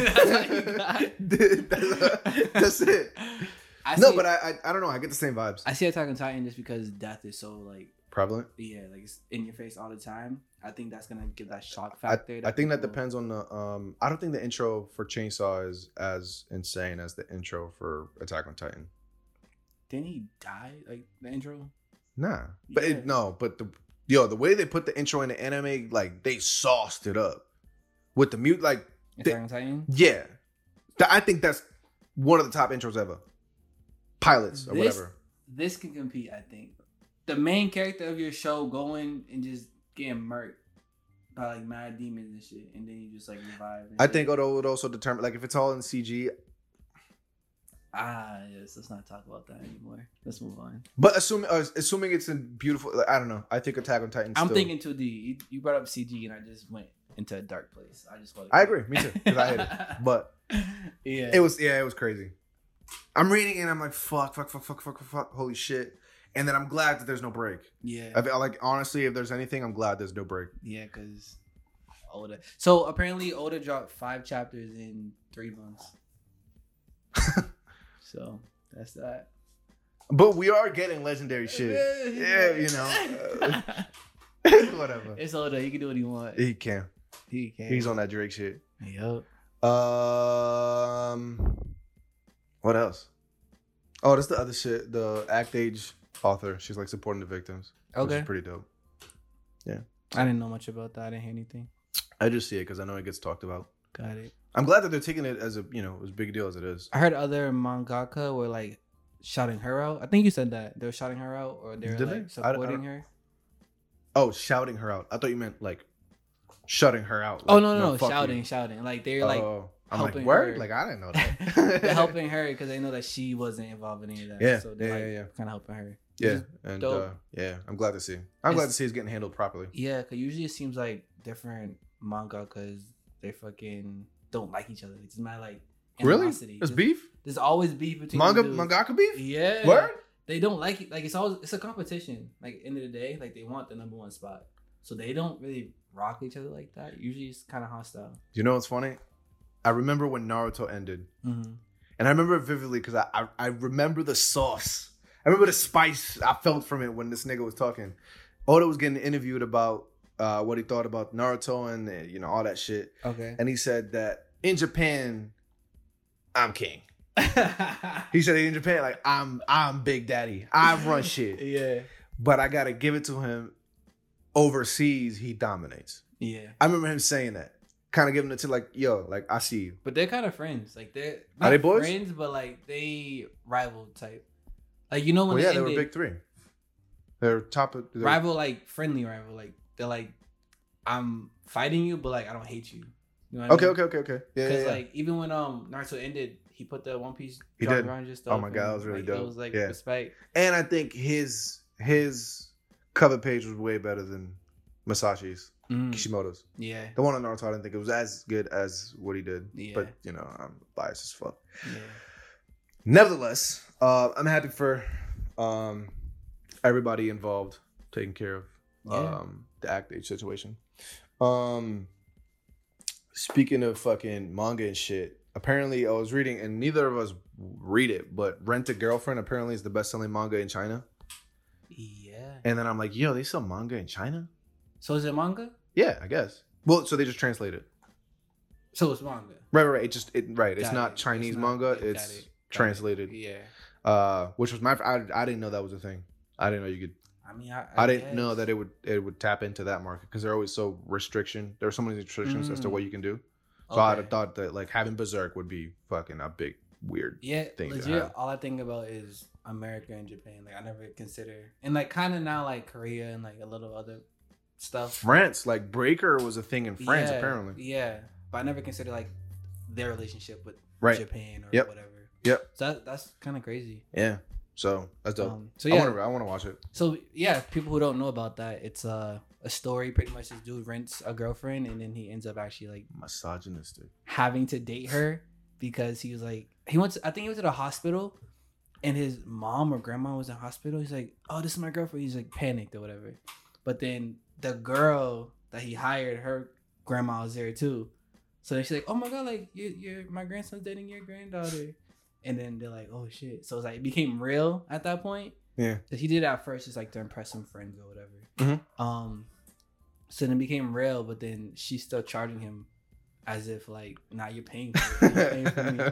A: that's, uh,
B: <laughs>
A: that's it.
B: I
A: no,
B: see,
A: but I, I I don't know. I get the same vibes.
B: I see Attack on Titan just because death is so like
A: Prevalent.
B: yeah like it's in your face all the time. I think that's gonna give that shock
A: I,
B: factor.
A: I think that
B: people-
A: depends on the um. I don't think the intro for Chainsaw is as insane as the intro for Attack on Titan.
B: Didn't he die like the intro?
A: Nah, but
B: Yeah.
A: it, no, but the yo the way they put the intro in the anime, like they sauced it up. with the mute. Like, They-
B: Attack on Titan.
A: yeah, Th- I think that's one of the top intros ever. Pilots or
B: This-
A: whatever.
B: This can compete, I think. The main character of your show going and just getting murked by like mad demons and shit, and then you just like revive. and
A: I
B: shit.
A: think it would also determine like if it's all in CG.
B: Ah, yes. Let's not talk about that anymore. Let's move on.
A: But assuming uh, assuming it's in beautiful, like, I don't know. I think Attack on Titan.
B: I'm
A: still-
B: thinking 2D. You, you brought up CG, and I just went into a dark place. I just.
A: I
B: <laughs>
A: agree. Me too. Because I hate it. But
B: yeah.
A: it was yeah, it was crazy. I'm reading it and I'm like fuck, fuck, fuck, fuck, fuck, fuck, fuck. Holy shit! And then I'm glad that there's no break.
B: yeah.
A: I feel like honestly, if there's anything, I'm glad there's no break.
B: Yeah, because Oda. So apparently Oda dropped five chapters in three
A: <laughs>
B: months. so that's that.
A: But we are getting legendary
B: <laughs>
A: shit. Yeah, you know, <laughs> Whatever.
B: it's Oda. He can do what he wants.
A: He can.
B: He can.
A: He's on that Drake shit.
B: Yup.
A: Um, what else? Oh, that's the other shit. The act age author. She's like supporting the victims. Which
B: Okay.
A: is pretty dope.
B: I didn't know much about that. I didn't hear anything.
A: I just see it because I know it gets talked about.
B: Got it.
A: I'm glad that they're taking it as a you know as big a deal as it is.
B: I heard other mangaka were like shouting her out. I think you said that they were shouting her out, or they're
A: Did
B: like
A: they? I- I don't-
B: supporting her.
A: Oh, shouting her out. I thought you meant like shutting her out.
B: Oh
A: Like,
B: no, no, no!
A: fuck you.
B: Shouting, shouting! Like they're like
A: Oh. <laughs> I'm like
B: helping
A: word.
B: her.
A: Like I
B: <laughs>
A: didn't know that.
B: they're helping her because they know that she wasn't involved in any of that.
A: Yeah,
B: so they're
A: yeah,
B: like
A: yeah, yeah.
B: kind of helping her.
A: Yeah, and uh,
B: dope.
A: yeah, I'm glad to see. I'm glad
B: It's-
A: to see it's getting handled properly.
B: Yeah, because usually it seems like different manga because they fucking don't like each other. It's not like
A: Really?
B: animosity.
A: It's
B: There's-
A: beef.
B: There's always beef between
A: Manga,
B: the dudes.
A: mangaka beef.
B: Yeah,
A: Word.
B: they don't like it. Like it's always it's a competition. Like end of the day, like they want the number one spot, so they don't really rock each other like that. Usually it's kind of hostile.
A: You know what's funny? I remember when Naruto ended,
B: Mm-hmm.
A: and I remember it vividly because I, I I remember the sauce. I remember the spice I felt from it when this nigga was talking. Oda was getting interviewed about uh, what he thought about Naruto and uh, you know all that shit,
B: Okay.
A: and he said that in Japan, I'm king. He said in Japan, like I'm I'm Big Daddy. I run shit.
B: <laughs> yeah.
A: but I gotta give it to him. Overseas, he dominates.
B: Yeah.
A: I remember him saying that, kind of giving it to like, yo, like I see you.
B: But they're kind of friends. Like they're
A: Are they boys?
B: friends, but like they rival type. Like you know when
A: well, Oh,
B: they,
A: yeah, they were
B: ended,
A: big three. They're top of they're,
B: rival like friendly rival. Like they're like I'm fighting you, but like I don't hate you. You know what
A: Okay,
B: I mean?
A: okay, okay, okay. Yeah, yeah,
B: Because
A: yeah.
B: like even when um Naruto ended, he put the One Piece
A: He
B: drop
A: did.
B: around just
A: Oh my God, that was really
B: like, It
A: dope.
B: was like
A: Yeah.
B: respect.
A: and I think his his cover page was way better than Masashi's
B: Mm,
A: Kishimoto's.
B: yeah,
A: The one on Naruto, I didn't think it was as good as what he did.
B: Yeah.
A: But you know, I'm biased as fuck.
B: yeah.
A: Nevertheless, uh, I'm happy for um, everybody involved taking care of
B: Yeah.
A: um the act age situation. Um speaking of fucking manga and shit, apparently I was reading and neither of us read it, but Rent a Girlfriend apparently is the best selling manga in China.
B: yeah.
A: And then I'm like, yo, they sell manga in China?
B: So is it manga?
A: Yeah, I guess. Well, so they just translate it.
B: So it's manga.
A: Right, right, right. It just it right. It's
B: Got
A: not
B: it.
A: Chinese
B: It's not-
A: manga,
B: got
A: it's
B: it. Got it.
A: translated.
B: Yeah.
A: Uh which was my I, I didn't know that was a thing. I didn't know you could
B: I mean, I,
A: I, didn't know
B: guess.
A: that it would it would tap into that market because they're always so restriction. There are so many restrictions as to
B: Mm.
A: what you can do. So I'd
B: Okay.
A: have thought that like having Berserk would be fucking a big weird.
B: Yeah,
A: thing to
B: legit.
A: have.
B: All I think about is America and Japan. Like I never consider and like kind of now like Korea and like a little other stuff.
A: France, like Breaker was a thing in France
B: Yeah, e-
A: apparently.
B: Yeah, but I never consider like their relationship with
A: Right.
B: Japan or
A: Yep.
B: whatever.
A: Yep.
B: So that, that's kind of crazy.
A: Yeah. So that's dope.
B: Um, so
A: I
B: yeah,
A: want to I want to watch it.
B: so yeah, people who don't know about that, it's uh, a story. Pretty much, this dude rents a girlfriend and then he ends up actually like <laughs>
A: Misogynistic.
B: having to date her because he was like he went to, I think he went to the hospital and his mom or grandma was in hospital. He's like, Oh, this is my girlfriend. He's like panicked or whatever. But then the girl that he hired, her grandma was there too. So then she's like, Oh my god, like you you're my grandson's dating your granddaughter. And then they're like, Oh shit. So it's like it became real at that point.
A: Yeah.
B: That he did it at first just like to impress some friends or whatever.
A: Mhm.
B: Um so then it became real, but then she's still charging him as if like, nah, you're paying for it. You're paying for
A: <laughs>
B: me.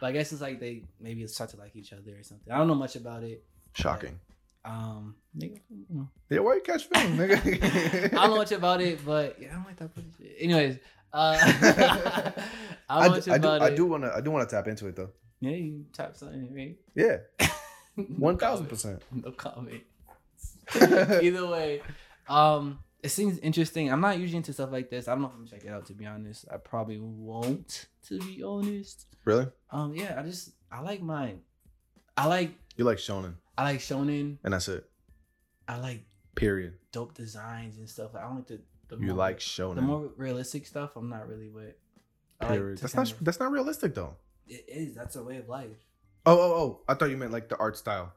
B: But I guess it's like they maybe it's start to like each other or something. I don't know much about it.
A: Shocking.
B: Um, nigga, mm. <laughs>
A: Yeah, why you catch film,
B: I
A: nigga?
B: don't know much about it, but yeah, I don't like that bullshit. Anyways, Uh,
A: I,
B: <laughs> I,
A: d-
B: want you
A: I do.
B: about
A: I
B: it.
A: do want to. I do want to tap into it though.
B: Yeah, you tap something, right?
A: Yeah,
B: No
A: <laughs> one thousand percent.
B: comment. <laughs>
A: <laughs>
B: No comment. Either way, um, it seems interesting. I'm not usually into stuff like this. I don't know if I'm gonna check it out to be honest. I probably won't, to be honest.
A: Really?
B: Um, yeah, I just I like mine. I like
A: You like shonen,
B: I like shonen.
A: and that's it.
B: I like
A: Period.
B: dope designs and stuff. I don't like the, the
A: You
B: more,
A: like
B: the
A: shonen.
B: more realistic stuff. I'm not really with. I like
A: Period.
B: to
A: that's not.
B: kinda-
A: That's not realistic though.
B: it is. That's a way of life.
A: Oh, oh, oh! I thought you meant like the art style.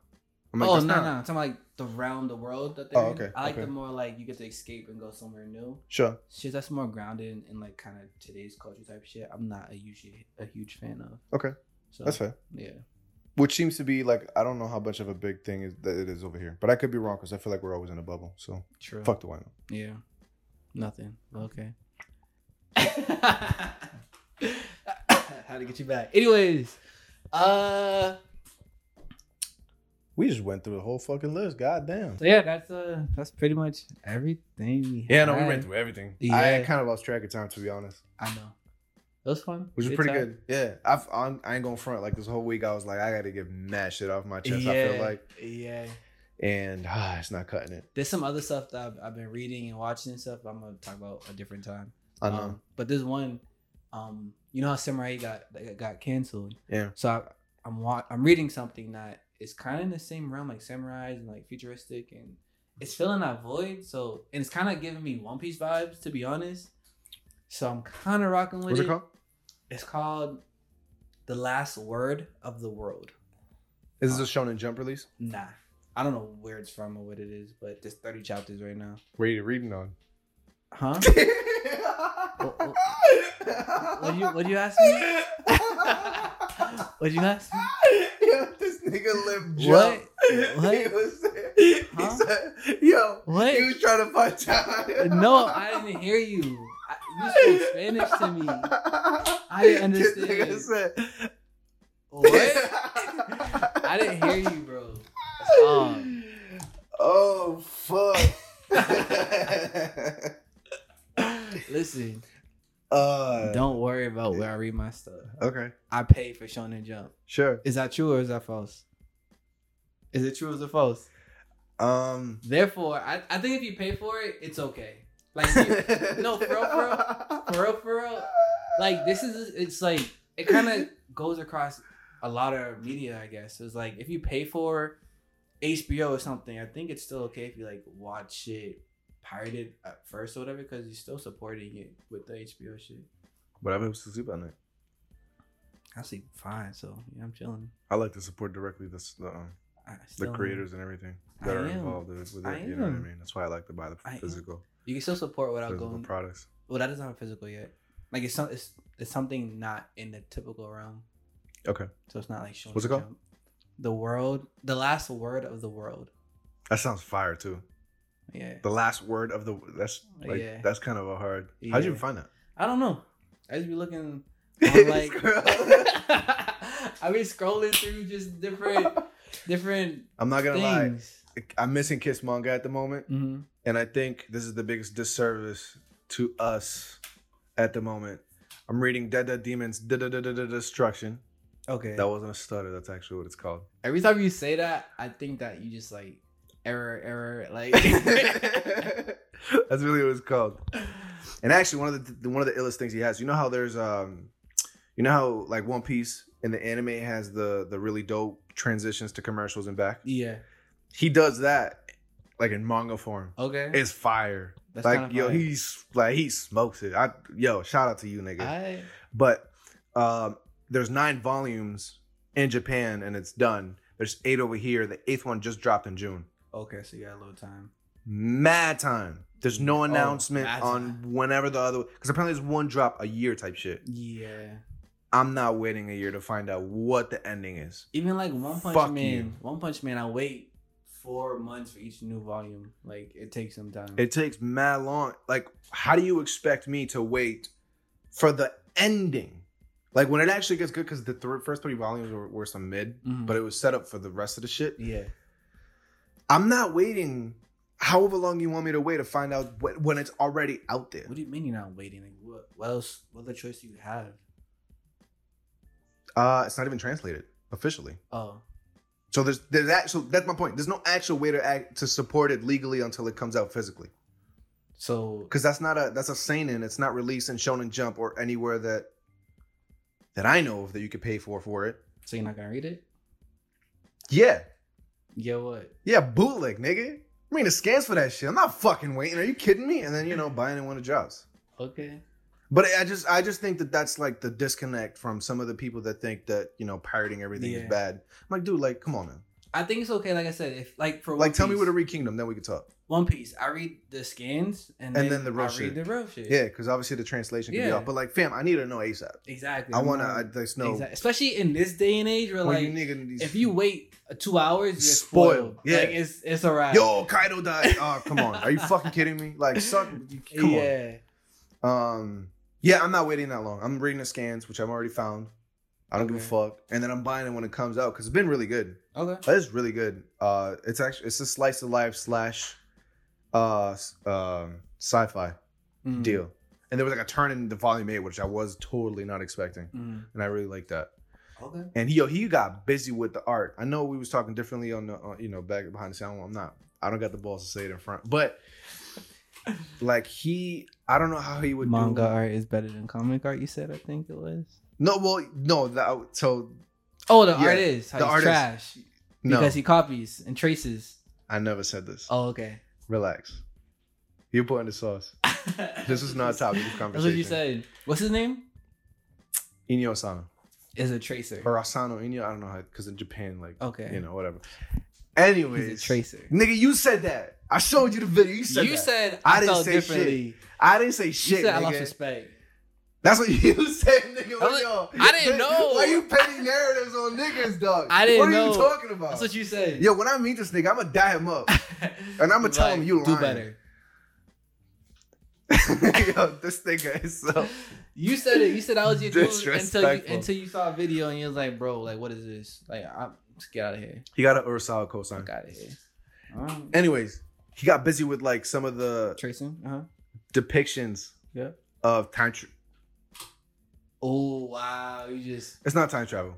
A: I'm like,
B: oh
A: that's
B: no, no,
A: not-
B: I'm talking like the round the world that they're
A: Oh,
B: in.
A: okay,
B: I like
A: okay.
B: the more like you get to escape and go somewhere new.
A: Sure.
B: Shit that's more grounded in, in like kind of today's culture type shit. I'm not a usually a huge fan of.
A: Okay,
B: So
A: that's fair.
B: yeah.
A: Which seems to be like I don't know how much of a big thing is that it is over here, but I could be wrong because I feel like we're always in a bubble. So
B: True.
A: fuck the wine.
B: Yeah. Nothing.
A: <laughs>
B: Okay. <laughs> How to get you back. Anyways. Uh
A: We just went through the whole fucking list. God damn.
B: so yeah, that's uh that's pretty much everything we
A: Yeah, no, we
B: had.
A: went through everything. I
B: Yeah.
A: kind of lost track of time to be honest,
B: I know. It was fun.
A: which was
B: Good
A: pretty
B: time.
A: good. Yeah, I've, I'm, I ain't gonna front like this whole week. I was like, I got to get mad shit off my chest.
B: Yeah,
A: I feel like,
B: yeah.
A: and <sighs> ah, it's not cutting it.
B: There's some other stuff that I've, I've been reading and watching and stuff. But I'm gonna talk about a different time.
A: I know.
B: Um, but there's one, um, you know how Samurai got that got canceled.
A: Yeah.
B: So I, I'm wa- I'm reading something that is kind of in the same realm, like Samurai and like futuristic, and it's filling that void. So and it's kind of giving me One Piece vibes, to be honest. So I'm kind of rocking with
A: What's it called?
B: It's called the Last Word of the World.
A: Is this a Shonen Jump release?
B: Nah, I don't know where it's from or what it is, but there's 30 chapters right now.
A: Where you reading on? <laughs>
B: Huh?
A: what,
B: what you what you ask me? What you ask? me?
A: <laughs> Yo, this nigga lip
B: What?
A: jump.
B: What?
A: He was, he
B: Huh?
A: said, yo,
B: What? Uh,
A: he was trying to punch <laughs> out.
B: No, I <laughs> didn't hear you. I, you spoke Spanish
A: <laughs>
B: to me. I didn't
A: This
B: understand.
A: nigga said, <laughs>
B: What? I didn't hear you, bro. Um.
A: Oh,
B: <laughs>
A: fuck.
B: Listen,
A: uh,
B: don't worry about where I read my stuff.
A: Okay,
B: I pay for Shonen Jump.
A: sure.
B: Is that true or is that false? Is it true or is it false?
A: Um,
B: Therefore, I, I think if you pay for it, it's okay. Like for
A: <laughs>
B: <laughs> No, for real, for real, for real. Like this is it's like it kind of goes across a lot of media, I guess. It's like if you pay for HBO or something, I think it's still okay if you like watch it pirated at first or whatever because you're still supporting it with the HBO shit.
A: Whatever, was to sleep at night.
B: I sleep fine, so yeah, I'm chilling.
A: I like to support directly the s- the, um,
B: I
A: the
B: still-
A: creators and everything
B: I
A: that are
B: am.
A: involved with it.
B: I
A: you know what I
B: am.
A: mean? That's why I like to buy the
B: I am.
A: physical
B: You can still support without
A: physical
B: going.
A: products.
B: well, that doesn't have a physical yet. Like it's some, it's, it's something not in the typical realm.
A: Okay,
B: So it's not like showing.
A: What's it called?
B: Jump. The world, the last word of the world.
A: that sounds fire too.
B: Yeah,
A: The last word of the that's like
B: Yeah.
A: that's kind of a hard. How'd you
B: Yeah.
A: find that?
B: I don't know. I just
A: <laughs>
B: be looking. I'm like, <laughs> I be scrolling through just different, different
A: I'm not gonna
B: things.
A: lie. I'm missing Kiss manga at the moment,
B: Mhm.
A: and I think this is the biggest disservice to us at the moment. I'm reading Dead Dead Demons Da Da Da Da Da Destruction.
B: Okay.
A: That wasn't a stutter. That's actually what it's called.
B: Every time you say that, I think that you just like error, error,
A: <laughs>
B: like.
A: That's really what it's called. And actually, one of the, the one of the illest things he has. You know how there's um, you know how like One Piece in the anime has the the really dope transitions to commercials and back.
B: yeah.
A: He does that like in manga form.
B: Okay.
A: It's fire.
B: That's
A: like
B: kinda
A: yo,
B: fire.
A: he's like he smokes it. I yo, shout out to you, nigga.
B: I,
A: but um, there's nine volumes in Japan and it's done. There's eight over here. The eighth one just dropped in June.
B: okay, so you got a little time.
A: mad time. There's no announcement
B: Oh, mad
A: on
B: time.
A: whenever the other because apparently there's one drop a year type shit.
B: Yeah.
A: I'm not waiting a year to find out what the ending is.
B: Even like One Punch
A: Fuck
B: Man,
A: you.
B: One Punch Man, I wait four months for each new volume. Like it takes some time.
A: It takes mad long. Like, how do you expect me to wait for the ending? Like when it actually gets good because the th- first three volumes were, were some mid,
B: Mhm.
A: but it was set up for the rest of the shit.
B: yeah.
A: I'm not waiting however long you want me to wait to find out wh- when it's already out there.
B: What do you mean you're not waiting? Like, what, what else? What other choice do you have?
A: Uh, it's not even translated officially.
B: Oh,
A: So there's there's actual that's my point. There's no actual way to act to support it legally until it comes out physically.
B: so
A: Because that's not a that's a seinen. It's not released in Shonen Jump or anywhere that that I know of that you could pay for for it.
B: so you're not gonna read it?
A: Yeah,
B: Yeah, what?
A: yeah, bootleg, nigga. I mean, it scans for that shit. I'm not fucking waiting. Are you kidding me? And then you know, buying it when it drops.
B: Okay.
A: But I just I just think that that's like the disconnect from some of the people that think that you know pirating everything
B: Yeah.
A: is bad. I'm like, dude, like, come on, man.
B: I think it's okay. Like I said, if like for
A: Like, tell me
B: Piece-
A: where to read Kingdom, then we can talk.
B: One Piece. I read the scans and,
A: And
B: then,
A: then the real
B: I read
A: shit.
B: the real shit.
A: Yeah, because obviously the translation could be
B: Yeah.
A: off. But like, fam, I need to know ASAP.
B: exactly.
A: I
B: I'm
A: want to.
B: not-
A: I just know.
B: Exact- Especially in this day and age, where
A: when
B: like
A: you nigga these,
B: if <laughs> you wait two hours, you're spoiled.
A: Spoiled. Yeah.
B: Like it's it's alright.
A: yo Kaido died. Oh come on, are you fucking kidding me? Like suck. Come
B: yeah.
A: on. Um. Yeah, I'm not waiting that long. I'm reading the scans, which I've already found. I don't give a fuck, and then I'm buying it when it comes out because it's been really good.
B: Okay.
A: That is really good. Uh, it's actually it's a slice of life slash, uh, s- um, sci-fi
B: Mm.
A: deal. And there was like a turn in the volume eight, which I was totally not expecting,
B: Mm.
A: and I really like that.
B: Okay.
A: and he yo, he got busy with the art. I know we was talking differently on the uh, you know back behind the sound. I'm not. I don't got the balls to say it in front, but like he, I don't know how he would
B: Manga
A: Do.
B: art is better than comic art. You said I think it was.
A: No, well, no. That, so
B: Oh, the
A: Yeah,
B: art is
A: the
B: the
A: art is-
B: trash
A: no,
B: because he copies and traces.
A: I never said this.
B: Oh, okay.
A: Relax. You're putting the sauce. <laughs> This is not a topic of
B: <laughs> That's what you
A: conversation.
B: said. What's his name?
A: Inyo Asano
B: Is a tracer.
A: or Asano Inyo. I don't know how because in Japan, like
B: Okay.
A: you know, whatever.
B: He's
A: Anyways,
B: a tracer.
A: nigga, you said that. I showed you the video. You said
B: you
A: that.
B: said
A: I
B: I,
A: didn't
B: felt
A: say shit.
B: differently.
A: I didn't say shit.
B: you said I
A: nigga.
B: lost respect.
A: That's what you <laughs> said, nigga.
B: I was-
A: yo,
B: I didn't know.
A: Why you petty narratives on niggas, dog?
B: I didn't
A: what
B: know.
A: What are you talking about?
B: That's what you
A: Uh,
B: said. <laughs>
A: yo, when I meet this nigga, I'm gonna dye him up. <laughs> And I'ma tell him you
B: do
A: lying.
B: better.
A: yo, this nigga is so.
B: You said it. You said I was your dude until you
A: Disrespectful.
B: until you saw a video and you was like, bro, like what is this? Like I'm just get out of here.
A: He got an Ursawa cosign.
B: Fuck out of here. Alright.
A: Anyways, he got busy with like some of the
B: Tracing. Uh huh.
A: depictions
B: Yeah.
A: of time. Tra-
B: Oh wow, you just
A: it's not time travel.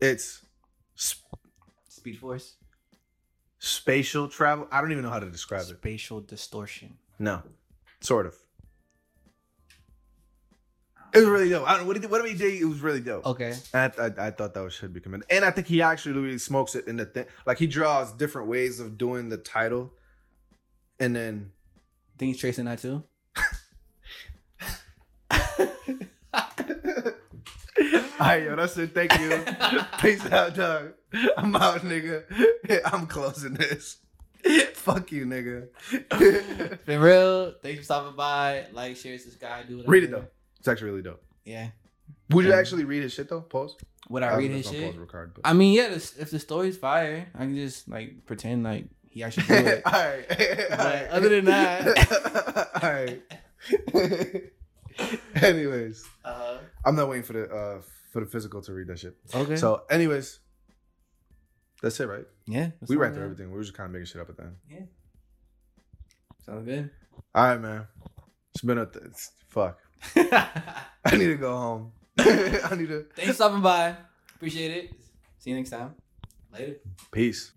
A: It's sp-
B: Speed Force.
A: spatial travel. I don't even know how to describe it.
B: Spatial distortion.
A: No, sort of. It was really dope. I don't know what he did. What he did, it was really dope.
B: Okay.
A: I, I, I thought that was- should be commended. And I think he actually really smokes it in the thing. Like he draws different ways of doing the title. And then <laughs>
B: Think he's tracing that <laughs> too?
A: Alright, yo, that's it. Thank
B: <laughs>
A: you. Peace out, dog. I'm out, nigga. <laughs> I'm closing this. <laughs> Fuck you, nigga. <laughs>
B: Been real. Thanks for stopping by. Like, share, subscribe, do whatever.
A: Read it, though. it's actually really dope.
B: Yeah.
A: Would you
B: Yeah.
A: actually read his shit though? Pause.
B: Would I,
A: Uh,
B: read
A: that's
B: his
A: on
B: shit?
A: Pause Ricard, but-
B: I mean, yeah. This, if the story's fire, I can just like pretend like he actually
A: All <laughs>
B: did it. <laughs>
A: right. All right.
B: other
A: <laughs>
B: than that-
A: all right. <laughs> anyways,
B: uh,
A: I'm not waiting for the uh for the physical to read that shit.
B: okay.
A: So, anyways, that's it, right?
B: yeah, that's
A: we
B: all I
A: ran through
B: got.
A: everything. We were just kind of making shit up at the end.
B: Sounds good.
A: All right, man. It's been a th- it's- fuck. <laughs>
B: <laughs> Thanks
A: I need to go home. <laughs> I need to
B: for stopping by. Appreciate it. See you next time. Later.
A: peace.